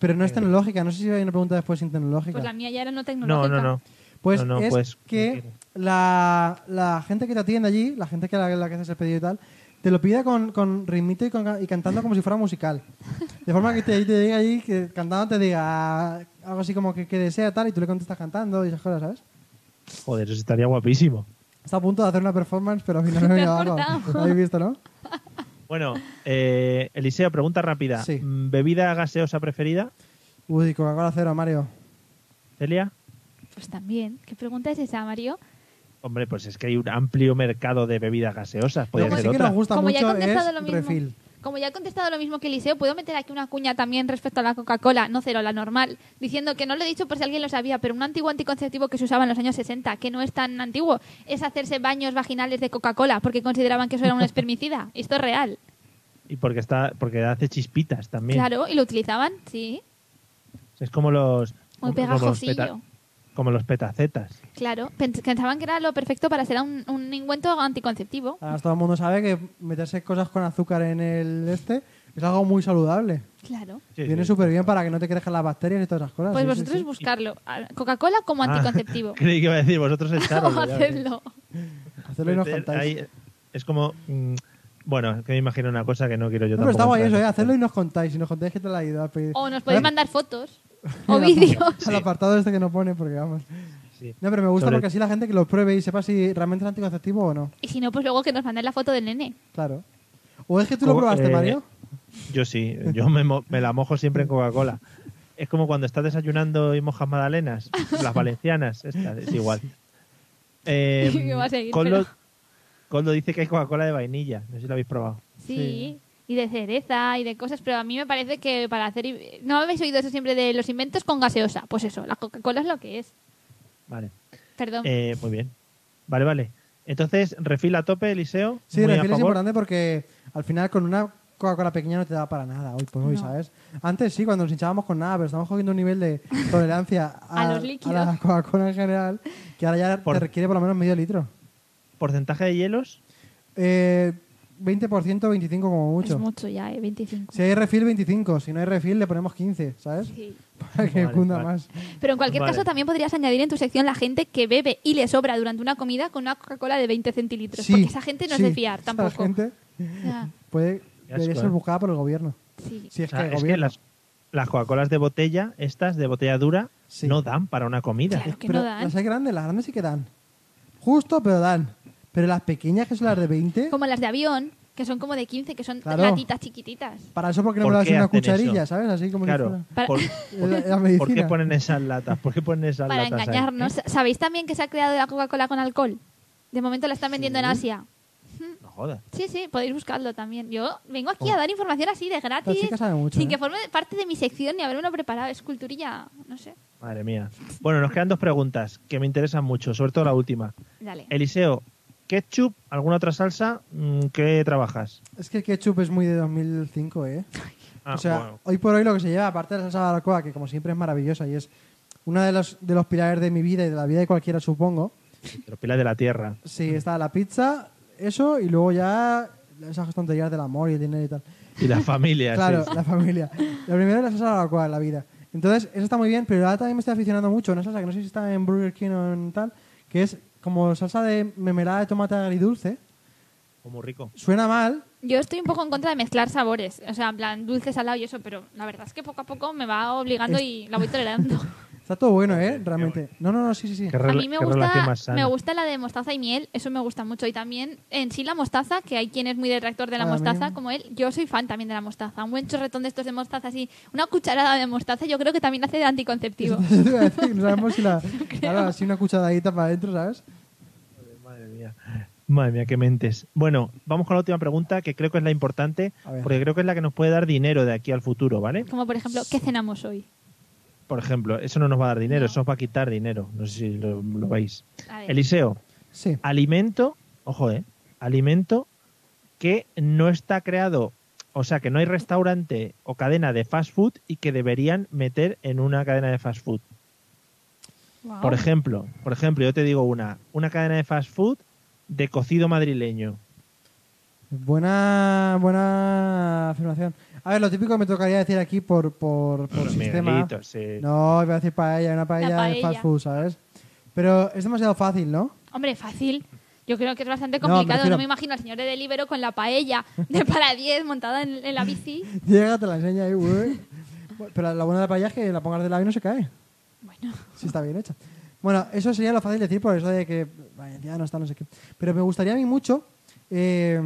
C: pero no es tecnológica. No sé si hay una pregunta después sin tecnológica.
D: Pues la mía ya era no
A: No,
D: tecnológica.
A: no, no.
C: Pues
A: No, no,
C: es
A: pues,
C: que la, la gente que te atiende allí, la gente que la, la que haces el pedido y tal, te lo pide con, con ritmito y, con- y cantando como si fuera musical. De forma que te, te diga allí, que cantando te diga ah, algo así como que, que desea tal y tú le contestas cantando y esas cosas, ¿sabes?
A: Joder, eso estaría guapísimo.
C: Está a punto de hacer una performance, pero al final no me
D: Te has
C: ha venido abajo.
D: cortado.
C: Lo habéis visto, ¿no?
A: Bueno, eh, Eliseo, pregunta rápida.
C: Sí.
A: Mm, ¿Bebida gaseosa preferida,
C: Uy, Coca-Cola cero, Mario.
A: Celia?
D: Pues también. ¿Qué pregunta es esa, Mario?
A: Hombre, pues es que hay un amplio mercado de bebidas gaseosas. Podría
C: Lo que
A: ser
C: pues sí que
A: otra.
C: nos gusta
D: Como ya he
C: mucho
D: contestado
C: es
D: lo mismo.
C: refill.
D: Como ya he contestado lo mismo que Eliseo, puedo meter aquí una cuña también respecto a la Coca-Cola, no cero, la normal, diciendo que no lo he dicho por si alguien lo sabía, pero un antiguo anticonceptivo que se usaba en los años 60, que no es tan antiguo, es hacerse baños vaginales de Coca-Cola, porque consideraban que eso era un espermicida. Esto es real.
A: Y porque está, porque hace chispitas también.
D: Claro, y lo utilizaban, sí.
A: Es como los como- como
D: Muy
A: los,
D: pegajosillo.
A: como los petacetas.
D: Claro, Pens- pensaban que era lo perfecto para ser un, un ingüento anticonceptivo.
C: Además, todo el mundo sabe que meterse cosas con azúcar en el este es algo muy saludable.
D: Claro.
A: Sí,
C: Viene
A: sí.
C: súper bien para que no te crezcan las bacterias y todas esas cosas.
D: Pues
C: Ah, sí, sí,
D: vosotros
C: sí.
D: buscarlo. A- Coca-Cola como
A: Ah,
D: anticonceptivo.
A: creí que iba a decir vosotros echaros.
D: o hacerlo.
C: Hacerlo y nos contáis.
A: es como mm, bueno, que me imagino una cosa que no quiero yo
C: No,
A: tampoco.
C: pero está guay eso,
A: entrar.
C: ¿eh? Hacerlo y nos contáis. Si nos contáis que te la ha ido a pedir.
D: O nos
C: Ahora,
D: podéis mandar fotos. O
C: Mira,
D: vídeos.
C: Al apartado este que nos pone, porque vamos.
A: Sí.
C: No, pero me gusta
A: Sobre-
C: porque así la gente que lo pruebe y sepa si realmente es anticonceptivo o no.
D: Y si no, pues luego que nos manden la foto del nene.
C: Claro. ¿O es que tú lo
A: Como,
C: probaste,
A: eh,
C: Mario?
A: Yo sí, yo me, mo- me la mojo siempre en Coca-Cola. Es como cuando estás desayunando y mojas magdalenas, las valencianas, estas, es igual. Eh,
D: Que va a seguir,
A: Coldo,
D: pero-
A: Coldo dice que hay Coca-Cola de vainilla, no sé si lo habéis probado.
D: Sí.
C: Sí.
D: Y de cereza y de cosas. Pero a mí me parece que para hacer. i- ¿No habéis oído eso siempre de los inventos con gaseosa? Pues eso, la Coca-Cola es lo que es.
A: Vale.
D: Perdón.
A: Eh, muy bien. Vale, vale. Entonces, refil a tope, Eliseo.
C: Sí,
A: muy a
C: refil es
A: favor.
C: importante porque al final con una Coca-Cola pequeña no te da para nada hoy por hoy,
D: No.
C: ¿sabes? Antes sí, cuando nos hinchábamos con nada, pero estamos cogiendo un nivel de tolerancia a,
D: A los líquidos.
C: a la Coca-Cola en general que ahora ya
A: Por-
C: te requiere por lo menos medio litro.
A: Porcentaje de hielos,
C: Eh, 20%, 25% como mucho.
D: Es mucho ya, ¿eh? 25.
C: Si hay refil, 25. Si no hay refil, le ponemos 15, ¿sabes?
D: Sí.
C: Para que
A: Vale,
C: cunda
A: vale.
C: más.
D: Pero en cualquier
A: Vale.
D: caso, también podrías añadir en tu sección la gente que bebe y le sobra durante una comida con una Coca-Cola de 20 centilitros.
C: Sí,
D: porque esa gente no
C: sí.
D: es de fiar
C: Esa
D: tampoco.
C: gente
D: Ya,
C: puede, debería
A: asco,
C: ser
A: eh.
C: buscada por el gobierno.
D: sí.
C: Si
A: O
C: es
A: sea,
C: que el
A: es que
C: gobierno.
A: las, las Coca-Colas de botella, estas de botella dura,
C: Sí.
A: no dan para una comida.
D: Claro que
C: Pero
D: no dan.
C: las hay grandes, las grandes sí que dan. Justo, pero dan. Pero las pequeñas, que son las de 20,
D: Como las de avión, que son como de 15, que son
C: Claro.
D: latitas chiquititas.
C: para eso porque no
A: ¿Por
C: me lo
A: qué
C: hacen una
A: hacen
C: cucharilla,
A: eso?
C: ¿sabes? Así como si
A: Claro.
D: Para-
A: ¿Por,
C: fuera la- la
A: por qué
C: medicina.
A: ponen esas latas? ¿Por qué ponen esas
D: Para
A: latas ahí? ¿eh?
D: engañarnos. ¿Sabéis también que se ha creado la Coca-Cola con alcohol? De momento la están vendiendo en Asia.
A: No jodas.
D: Sí, sí, podéis buscarlo también. Yo vengo
C: Oh.
D: aquí a dar información así de gratis,
C: chica sabe mucho,
D: sin
C: ¿eh?
D: que forme parte de mi sección ni haberme lo preparado. Es culturilla, no sé.
A: Madre mía. Bueno, nos quedan dos preguntas que me interesan mucho, sobre todo la última.
D: Dale.
A: Eliseo, ¿ketchup? ¿Alguna otra salsa? Mm, ¿Qué trabajas?
C: Es que el ketchup es muy de 2005, ¿eh?
A: Ah,
C: o sea,
A: bueno.
C: hoy por hoy lo que se lleva, aparte de la salsa de barbacoa, que como siempre es maravillosa y es uno de los, de los pilares de mi vida y de la vida de cualquiera, supongo,
A: De los pilares de la tierra.
C: sí, está la pizza, eso, y luego ya esas tonterías del amor y el dinero y tal.
A: Y la familia.
C: Claro,
A: sí.
C: la familia. Lo primero es la salsa de barbacoa en la vida. Entonces, eso está muy bien, pero ahora también me estoy aficionando mucho a una salsa que no sé si está en Burger King o en tal, que es como salsa de mermelada de tomate agridulce.
A: Oh, muy rico.
C: Suena mal,
D: Yo estoy un poco en contra de mezclar sabores, o sea, en plan dulce, salado y eso, pero la verdad es que poco a poco me va obligando y la voy tolerando.
C: está todo bueno, ¿eh? Realmente. No, no, no, sí, sí, sí.
A: Qué
D: A
A: rela-
D: mí me
A: qué relación
D: gusta,
A: más sana.
D: me gusta la de mostaza y miel, eso me gusta mucho. Y también en sí la mostaza, que hay quien es muy detractor de la
C: Ah,
D: mostaza,
C: mira.
D: como él. Yo soy fan también de la mostaza. Un buen chorretón de estos de mostaza, así, una cucharada de mostaza, yo creo que también hace de anticonceptivo.
C: Eso te iba a decir, no sabemos si la. Claro, así una cucharadita para adentro, ¿sabes?
A: Madre mía. Madre mía, qué mentes. Bueno, vamos con la última pregunta, que creo que es la importante,
C: A ver.
A: porque creo que es la que nos puede dar dinero de aquí al futuro, ¿vale?
D: Como por ejemplo, ¿qué cenamos hoy?
A: Por ejemplo, eso no nos va a dar dinero, eso nos va a quitar dinero. No sé si lo, lo veis.
D: A ver.
A: Eliseo,
C: Sí.
A: alimento, ojo, ¿eh? Alimento que no está creado, o sea, que no hay restaurante o cadena de fast food y que deberían meter en una cadena de fast food.
D: Guau.
C: Ah.
A: Por ejemplo, por ejemplo, yo te digo una, una cadena de fast food de cocido madrileño.
C: Buena, buena afirmación. A ver, lo típico que me tocaría decir aquí por, por, por
A: Los
C: sistema.
A: miguelitos, sí.
C: No, iba a decir paella, una paella,
D: La
C: de
D: paella.
C: fast food, ¿sabes? Pero es demasiado fácil, ¿no?
D: Hombre, fácil. Yo creo que es bastante
C: No, me
D: complicado. No me,
C: refiero-
D: imagino al señor de Delibero con la paella de para 10 montada en, en la bici.
C: Llega, te la enseña ahí, güey. Pero la buena de la paella es que la pongas de lado y no se cae.
D: Bueno,
C: Sí, está bien hecha. Bueno, eso sería lo fácil de decir por eso de que Valencia no está, no sé qué. Pero me gustaría a mí mucho eh,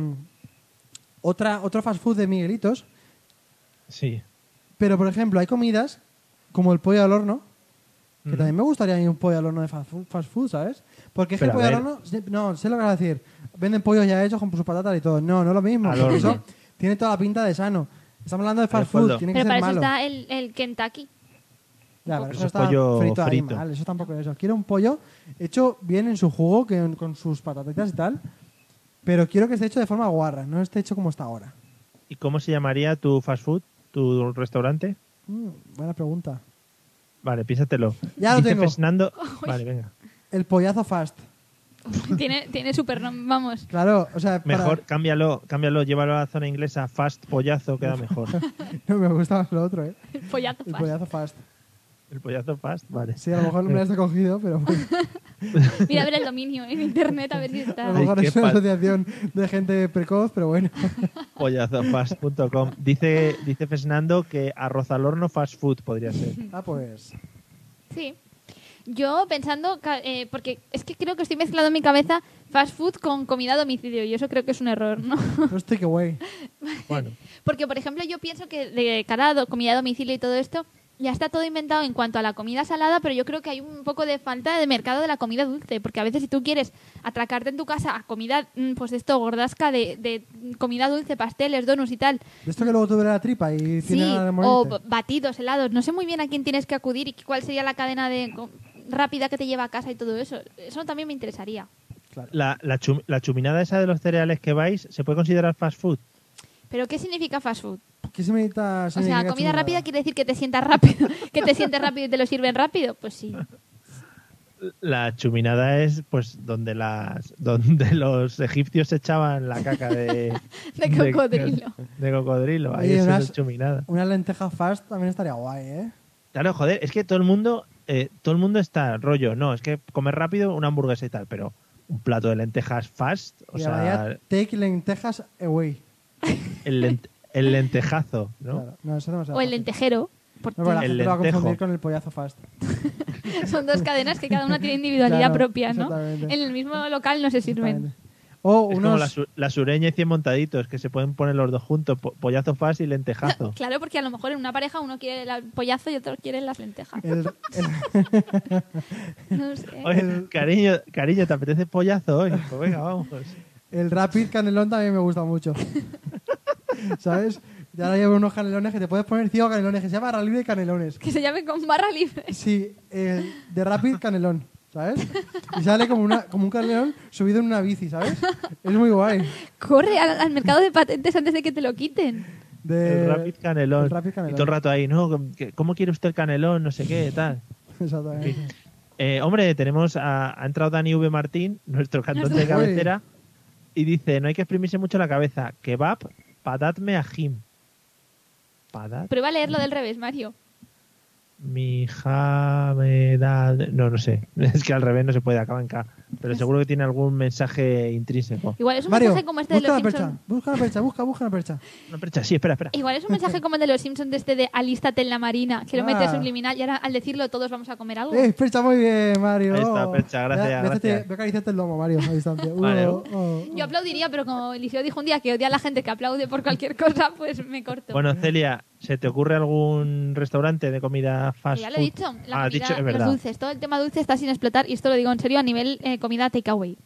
C: otra, otro fast food de Miguelitos.
A: Sí.
C: Pero, por ejemplo, hay comidas como el pollo al horno, que
A: Ujú.
C: también me gustaría a mí un pollo al horno de fast food, fast food, ¿sabas? Porque es que el
A: Pero
C: pollo
A: a
C: al
A: ver.
C: horno... No, sé lo que vas a decir. Venden pollos ya hechos con sus patatas y todo. No, no es lo mismo.
A: Al
C: porque
A: horno.
C: eso tiene toda la pinta de sano. Estamos hablando de fast
A: Leopoldo.
C: food, tiene que
D: pero
C: ser
D: para
C: malo.
D: eso está el, el Kentucky.
C: Ya,
A: Eso
C: pero eso
A: es
C: está
A: pollo
C: frito, ahí
A: frito.
C: mal, eso tampoco es eso. Quiero un pollo hecho bien en su jugo, que, con sus patatitas y tal, pero quiero que esté hecho de forma guarra, no esté hecho como está ahora.
A: ¿Y cómo se llamaría tu fast food, tu restaurante?
C: Mm, buena pregunta.
A: Vale, piénsatelo.
C: Ya lo
A: Dice
C: tengo.
A: Fernando- Vale, venga.
C: El pollazo fast.
D: tiene tiene super vamos.
C: Claro, o sea, para-
A: Mejor, cámbialo, cámbialo, llévalo a la zona inglesa, fast pollazo queda mejor.
C: No, me gusta más lo otro, ¿eh?
D: Pollazo
C: El
D: fast.
C: pollazo fast.
A: El pollazo fast, vale.
C: Sí, a lo mejor no me lo has cogido, pero bueno,
D: Mira a ver el dominio en internet a ver si
C: a lo
D: está.
A: Ay,
C: mejor
A: qué
C: es una
A: fal-
C: asociación de gente precoz, pero bueno.
A: Pollazofast.com. Dice, dice Fernando que arroz al horno fast food podría ser.
C: Ah, pues...
D: Sí. Yo pensando, ca- eh, porque es que creo que estoy mezclando en mi cabeza fast food con comida a domicilio y eso creo que es un error, ¿no?
C: Los takeaway.
A: Bueno,
D: Porque, por ejemplo, yo pienso que de cara a do- comida a domicilio y todo esto, ya está todo inventado en cuanto a la comida salada, pero yo creo que hay un poco de falta de mercado de la comida dulce, porque a veces si tú quieres atracarte en tu casa a comida, mm, pues esto, gordasca de, de mm, comida dulce, pasteles, donuts y tal,
C: De esto que luego te duele la tripa y tiene
D: sí,
C: ganas de
D: o
C: morirte.
D: b- batidos, helados, no sé muy bien a quién tienes que acudir y cuál sería la cadena de co- rápida que te lleva a casa y todo eso. Eso también me interesaría.
A: la, la, chum- la chuminada esa de los cereales que vais, ¿se puede considerar fast food?
D: Pero ¿qué significa fast food?
C: ¿Qué se medita?
D: O sea, comida rápida quiere decir que te sientas rápido, que te sientes rápido y te lo sirven rápido. Pues sí.
A: La chuminada es pues donde las donde los egipcios se echaban la caca de,
D: De cocodrilo.
A: De, cocodrilo, ahí
C: Oye,
A: es
C: unas-
A: la chuminada.
C: Una lenteja fast también estaría guay, ¿eh?
A: Claro, joder, es que todo el mundo, eh, todo el mundo está rollo, no, es que comer rápido una hamburguesa y tal, pero un plato de lentejas fast, o
C: O sea,
A: sea,
C: take lentejas away.
A: el, lent- el lentejazo, ¿no?
C: Claro. No, eso es demasiado
D: O el
C: fácil.
D: lentejero. porque
C: No, pero la
A: El
C: gente lo va a confundir
A: lentejo.
C: con el pollazo fast.
D: son dos cadenas que cada una tiene individualidad
C: Claro,
D: propia, ¿no? En
C: exactamente.
D: el mismo local no se sirven.
C: Exactamente. O
A: Es como la,
C: unos...
A: su- la sureña y 100 montaditos, que se pueden poner los dos juntos, po- pollazo fast y lentejazo.
D: Claro, porque a lo mejor en una pareja uno quiere el pollazo y otro quiere las lentejas.
C: el-
D: No sé.
A: Oye, cariño, cariño, ¿te apetece pollazo hoy? Pues venga, vamos.
C: el rapid canelón también me gusta mucho. ¿Sabes? Y ahora llevo unos canelones que te puedes poner ciego a canelones, que se llama Libre Canelones.
D: Que se llame con barra libre.
C: Sí, el de rapid canelón, ¿sabes? Y sale como, una, como un canelón subido en una bici, ¿sabes? Es muy guay.
D: Corre al, al mercado de patentes antes de que te lo quiten.
C: de-
A: El rapid canelón.
C: Eh, el rapid
A: Y
C: canelón.
A: todo el rato ahí, ¿no? Que- ¿Cómo quiere usted el canelón? No sé qué, tal.
C: Exactamente.
A: Eh, hombre, tenemos a, ha entrado Dani V. Martín, nuestro cantante de
C: Nuestro-
A: cabecera, y dice, no hay que exprimirse mucho la cabeza. Kebab, padadme a Jim. Padad
D: Prueba a leerlo del revés, Mario.
A: mi ja, me da- No, no sé. Es que al revés no se puede, acaba en K.
D: Ah,
A: Pero seguro que tiene algún mensaje intrínseco.
D: Igual es un
C: Mario,
D: mensaje como este de
C: busca
D: los
C: la
D: Simpsons.
C: percha, busca la percha, busca, busca la percha.
A: Una percha, sí, espera, espera.
D: Igual es un mensaje como el de los Simpsons de este de alístate en la marina, que lo
C: Ah.
D: metes subliminal y ahora al decirlo todos vamos a comer algo.
C: Eh, percha, muy bien, Mario. Oh.
A: Ahí está, percha, gracias,
C: Ve a- ve a hacerte-
A: gracias.
C: Ve a acariciarte el lomo, Mario, a distancia. Uh,
A: Vale.
C: oh, oh.
D: Yo aplaudiría, pero como Eliseo dijo un día que odia a la gente que aplaude por cualquier cosa, pues me corto.
A: Bueno, Celia, ¿se te ocurre algún restaurante de comida
D: Que
A: fast
D: ya lo he
A: food?
D: dicho, la
A: ah, has
D: comida,
A: dicho, es
D: los
A: verdad.
D: dulces, todo el tema dulce está sin explotar y esto lo digo en serio a nivel eh, comida takeaway.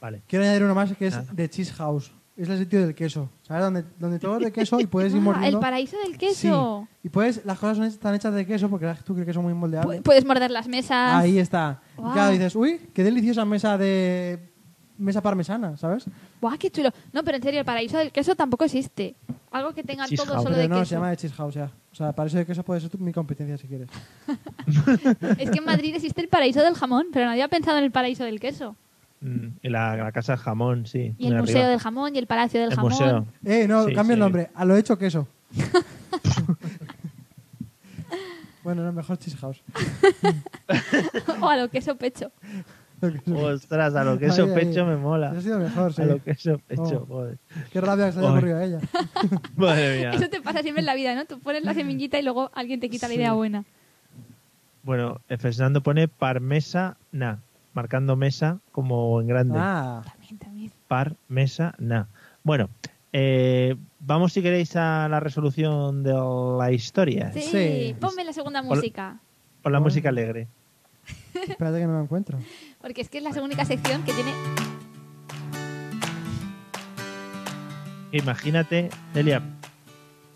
A: Vale.
C: Quiero añadir uno más que es
A: Nada.
C: de Cheese House. Es el sitio del queso. ¿Sabes? Donde, donde todo es de queso y puedes ir
D: Ah, el
C: mordiendo.
D: paraíso del queso.
C: Sí. Y puedes, las cosas son- están hechas de queso porque tú crees que son muy moldeables.
D: Pu- Puedes morder Pues, las mesas.
C: Ahí está. Y
D: Guau.
C: claro, dices, uy, qué deliciosa mesa de. mesa parmesana, ¿sabes?
D: Buah, qué chulo. No, pero en serio, el paraíso del queso tampoco existe. Algo que tenga
A: Cheese
D: todo
A: house.
D: solo
C: Pero
D: de
C: no, se
D: queso.
C: llama de Cheese House ya. O sea, para eso de queso puede ser tu- mi competencia si quieres.
D: Es que en Madrid existe el paraíso del jamón, pero nadie ha pensado en el paraíso del queso.
A: Mm, y la, la casa del jamón, sí.
D: Y el
A: muy
D: museo
A: arriba.
D: del jamón y el palacio del
A: El
D: jamón.
A: museo.
C: Eh, no,
A: Sí,
C: cambia el
A: sí.
C: nombre. A lo hecho queso. bueno, no, mejor Cheese House.
D: o a lo queso pecho.
C: Lo queso.
A: Ostras, a lo que
C: Ahí,
A: eso
C: ahí.
A: pecho me mola.
C: Eso ha sido mejor, sí.
A: A lo que eso pecho,
C: Oh.
A: joder.
C: Qué rabia que se le haya
A: Ay.
C: ocurrido a ella.
A: Madre mía.
D: Eso te pasa siempre en la vida, ¿no? Tú pones la semillita y luego alguien te quita la idea buena.
A: Bueno, eh, Fernando pone parmesa na, marcando mesa como en grande.
C: Ah,
D: También, también.
A: Par, mesa, na. Bueno, eh, vamos si queréis a la resolución de la historia.
D: Sí,
C: Sí.
D: ponme la segunda
A: Hola.
D: música.
A: Por la música alegre.
C: espérate que no la encuentro.
D: Porque es que es la única sección que tiene.
A: Imagínate, Delia,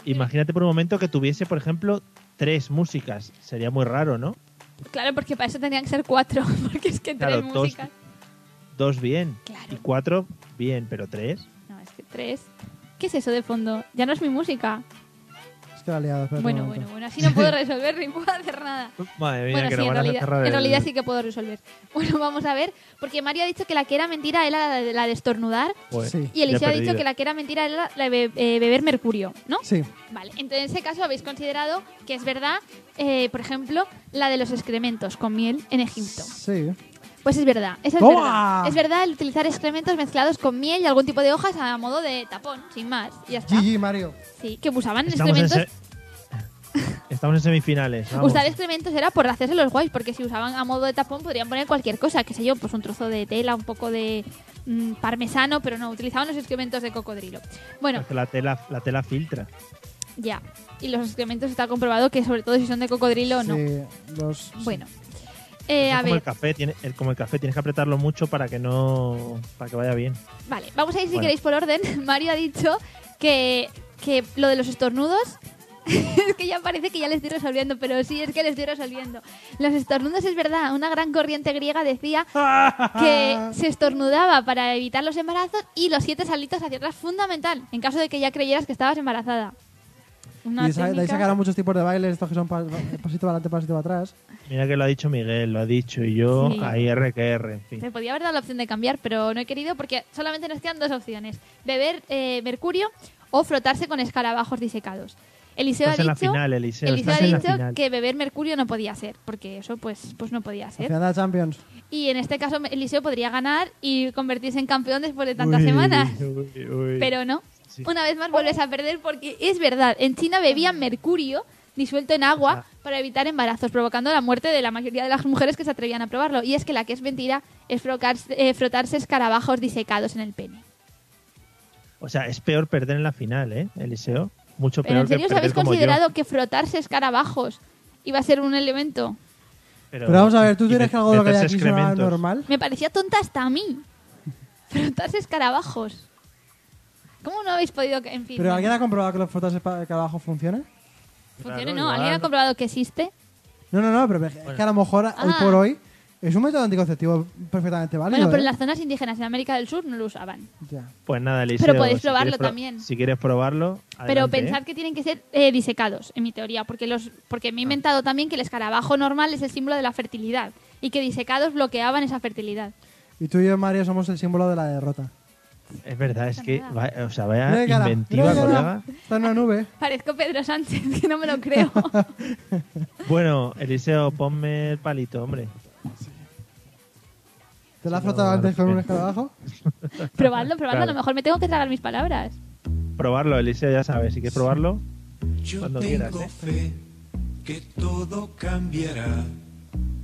A: imagínate por un momento que tuviese, por ejemplo, tres músicas. Sería muy raro, ¿no?
D: Claro, porque para eso tendrían que ser cuatro. Porque es que
A: Claro,
D: tres
A: dos-
D: músicas.
A: Dos bien.
D: Claro.
A: Y cuatro bien, pero tres.
D: No, es que tres. ¿Qué es eso de fondo? Ya no es mi música.
C: Es que la he liado, espérate
D: Bueno,
C: un
D: bueno,
C: momento.
D: bueno. Así no puedo resolver ni puedo hacer nada.
A: Madre mía,
D: Bueno,
A: que
D: sí,
A: nos
D: en
A: van a
D: realidad,
A: cerrar
D: en
A: el-
D: realidad sí que puedo resolver. Bueno, vamos a ver. Porque Mario ha dicho que la que era mentira era la de, la de estornudar.
A: Joder,
C: Sí.
D: Y Eliseo
A: ya
D: ha
A: he
D: dicho
A: perdido.
D: que la que era mentira era la de be- eh, beber mercurio, ¿no?
C: Sí,
D: Vale, entonces en ese caso habéis considerado que es verdad, eh, por ejemplo, la de los excrementos con miel en Egipto.
C: sí.
D: Pues es verdad, esa es
C: ¡Toma!
D: verdad. Es verdad el utilizar excrementos mezclados con miel y algún tipo de hojas a modo de tapón, sin más. Y ya está.
C: GG, Mario.
D: Sí, que usaban
A: Estamos en,
D: excrementos.
A: se- Estamos en semifinales. vamos.
D: Usar excrementos era por hacerse los guays, porque si usaban a modo de tapón podrían poner cualquier cosa, qué sé yo, pues un trozo de tela, un poco de mm, parmesano, pero no, utilizaban los excrementos de cocodrilo. Bueno,
A: Porque la tela, la tela filtra.
D: ya. Y los excrementos está comprobado que sobre todo si son de cocodrilo, no.
C: Sí, los...
D: Bueno.
A: Pues Eso
D: Eh,
A: es
D: a
A: como
D: ver,
A: el café, tiene, el- como el café, tienes que apretarlo mucho para que no, para que vaya bien.
D: vale, vamos a ir si
A: Bueno.
D: queréis por orden. Mario ha dicho que, que lo de los estornudos, es que ya parece que ya les estoy resolviendo, pero sí, es que les estoy resolviendo. Los estornudos es verdad, una gran corriente griega decía que se estornudaba para evitar los embarazos y los siete salitos hacia atrás, fundamental, en caso de que ya creyeras que estabas embarazada. Una
C: Y sa- de ahí
D: técnica-
C: sacarán muchos tipos de bailes, estos que son pa- pasito para adelante, pasito para atrás.
A: Mira que lo ha dicho Miguel, lo ha dicho y yo
D: Sí.
A: ahí R que R, en fin.
D: Me podía haber dado la opción de cambiar, pero no he querido porque solamente nos quedan dos opciones: beber eh, mercurio o frotarse con escarabajos disecados. Eliseo
A: Estás en
D: ha
A: la
D: dicho,
A: final, Eliseo,
D: Eliseo
A: estás en la
D: ha dicho
A: final.
D: que beber mercurio no podía ser, porque eso pues, pues no podía
C: Al
D: ser.
C: final de la Champions.
D: Y en este caso Eliseo podría ganar y convertirse en campeón después de tantas
A: Uy,
D: semanas.
A: uy, uy.
D: Pero no.
A: Sí.
D: Una vez más vuelves a perder porque es verdad, en China bebían mercurio disuelto en agua para evitar embarazos, provocando la muerte de la mayoría de las mujeres que se atrevían a probarlo. Y es que la que es mentira es frocarse- eh, frotarse escarabajos disecados en el pene.
A: O sea, es peor perder en la final, ¿eh, Eliseo? Mucho
D: Pero
A: peor
D: en serio,
A: que
D: ¿os
A: perder
D: habéis
A: como
D: considerado
A: yo.
D: que frotarse escarabajos iba a ser un elemento?
A: Pero,
C: Pero vamos a ver, ¿tú
A: y
C: crees
A: met-
C: que algo de lo que hay
A: meterse
C: aquí será
A: excrementos.
C: normal?
D: Me parecía tonta hasta a mí. Frotarse escarabajos. ¿Cómo no habéis podido que, en fin,
C: ¿Pero alguien ha comprobado que los fotos para abajo funcionan?
D: funcione?
A: Claro,
D: no,
A: igual,
D: ¿alguien ha
A: ¿no?
D: comprobado que existe?
C: No, no, no, pero es que a lo mejor hoy
D: Ah.
C: por hoy Es un método anticonceptivo perfectamente válido.
D: bueno, pero
C: ¿eh?
D: en las zonas indígenas en América del Sur no lo usaban.
C: Ya.
A: Pues nada, Eliseo.
D: Pero podéis
A: si quieres
D: probarlo
A: pro-
D: también.
A: Si quieres probarlo.
D: Pero
A: adelante, ¿eh?
D: pensad que tienen que ser eh, disecados, en mi teoría, porque los porque
A: Ah.
D: me he inventado también que el escarabajo normal es el símbolo de la fertilidad y que disecados bloqueaban esa fertilidad.
C: Y tú y yo, Mario, somos el símbolo de la derrota.
A: Es verdad, es que.
D: nada.
A: va- o sea, vaya
C: Mira qué cara,
A: inventiva,
C: mira qué cara.
A: colega.
C: Está en una nube.
D: Parezco Pedro Sánchez, que no me lo creo.
A: Bueno, Eliseo, ponme el palito, hombre.
C: ¿Te la has
A: Sí, no,
C: frotado antes con un
A: bien.
C: escarabajo?
D: probadlo, probadlo, a
A: Claro.
D: lo mejor me tengo que tragar mis palabras.
A: Probarlo, Eliseo, ya sabes. Si quieres probarlo,
F: Yo
A: Cuando
F: tengo
A: quieras, ¿eh?
F: fe que todo cambiará.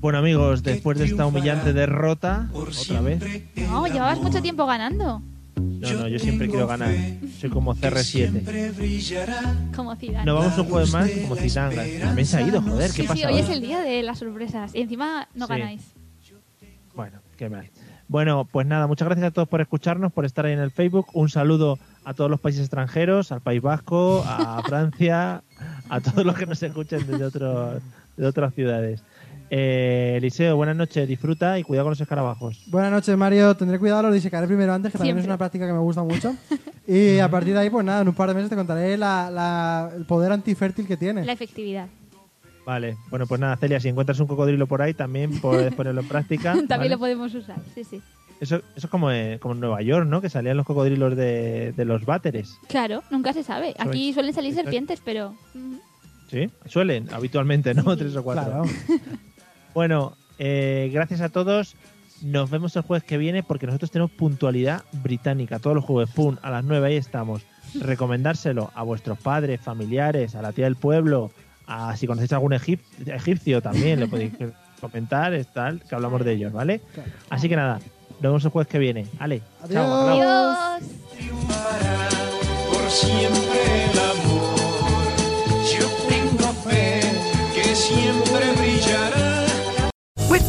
A: Bueno amigos, después de esta humillante derrota,
F: Por
A: otra
F: siempre
A: vez,
F: el
D: No, llevabas
F: amor
D: mucho tiempo ganando.
A: no, no, yo siempre quiero ganar, soy como
F: que
A: CR7.
F: siempre brillará.
D: Como Zidane.
A: No vamos un jueves más como Zidane, también se ha ido, joder, ¿qué
D: sí, sí,
A: pasa
D: hoy
A: ahora?
D: es el día de las sorpresas. Y encima no
A: Sí.
D: ganáis.
A: Bueno, qué mal. Bueno, pues nada, muchas gracias a todos por escucharnos, por estar ahí en el Facebook, un saludo a todos los países extranjeros, al País Vasco, a Francia, a todos los que nos escuchen desde otros, de otras ciudades. Eh, Eliseo, buenas noches, disfruta y cuidado con los escarabajos.
C: Buenas noches, Mario. Tendré cuidado, lo disecaré primero antes, que también
D: Siempre.
C: es una práctica que me gusta mucho. y a partir de ahí, pues nada, en un par de meses te contaré la- la- el poder antifértil que tiene.
D: La efectividad.
A: Vale, bueno, pues nada, Celia, si encuentras un cocodrilo por ahí, también puedes ponerlo en práctica.
D: También
A: Ah, ¿vale?
D: lo podemos usar. Sí, sí.
A: Eso, eso es como, eh, como en Nueva York, ¿no? Que salían los cocodrilos de, de los váteres.
D: Claro, nunca se sabe. Aquí
A: Sabéis.
D: suelen salir
A: Exacto.
D: serpientes, pero. mm,
A: ¿Sí? Suelen, habitualmente, ¿no? Tres o cuatro.
C: Claro.
A: Bueno, eh, gracias a todos. Nos vemos el jueves que viene porque nosotros tenemos puntualidad británica. Todos los jueves, pum, a las 9 ahí estamos. Recomendárselo a vuestros padres, familiares, a la tía del pueblo, a si conocéis algún egip- egipcio también, lo podéis comentar, es tal, que hablamos de ellos, ¿vale?
C: Claro.
A: Así que nada, nos vemos el jueves que viene. Ale, chao, hasta luego.
C: Adiós.
D: ¡Adiós!
F: triunfará por siempre el amor. Yo tengo fe que siempre brillará.
G: With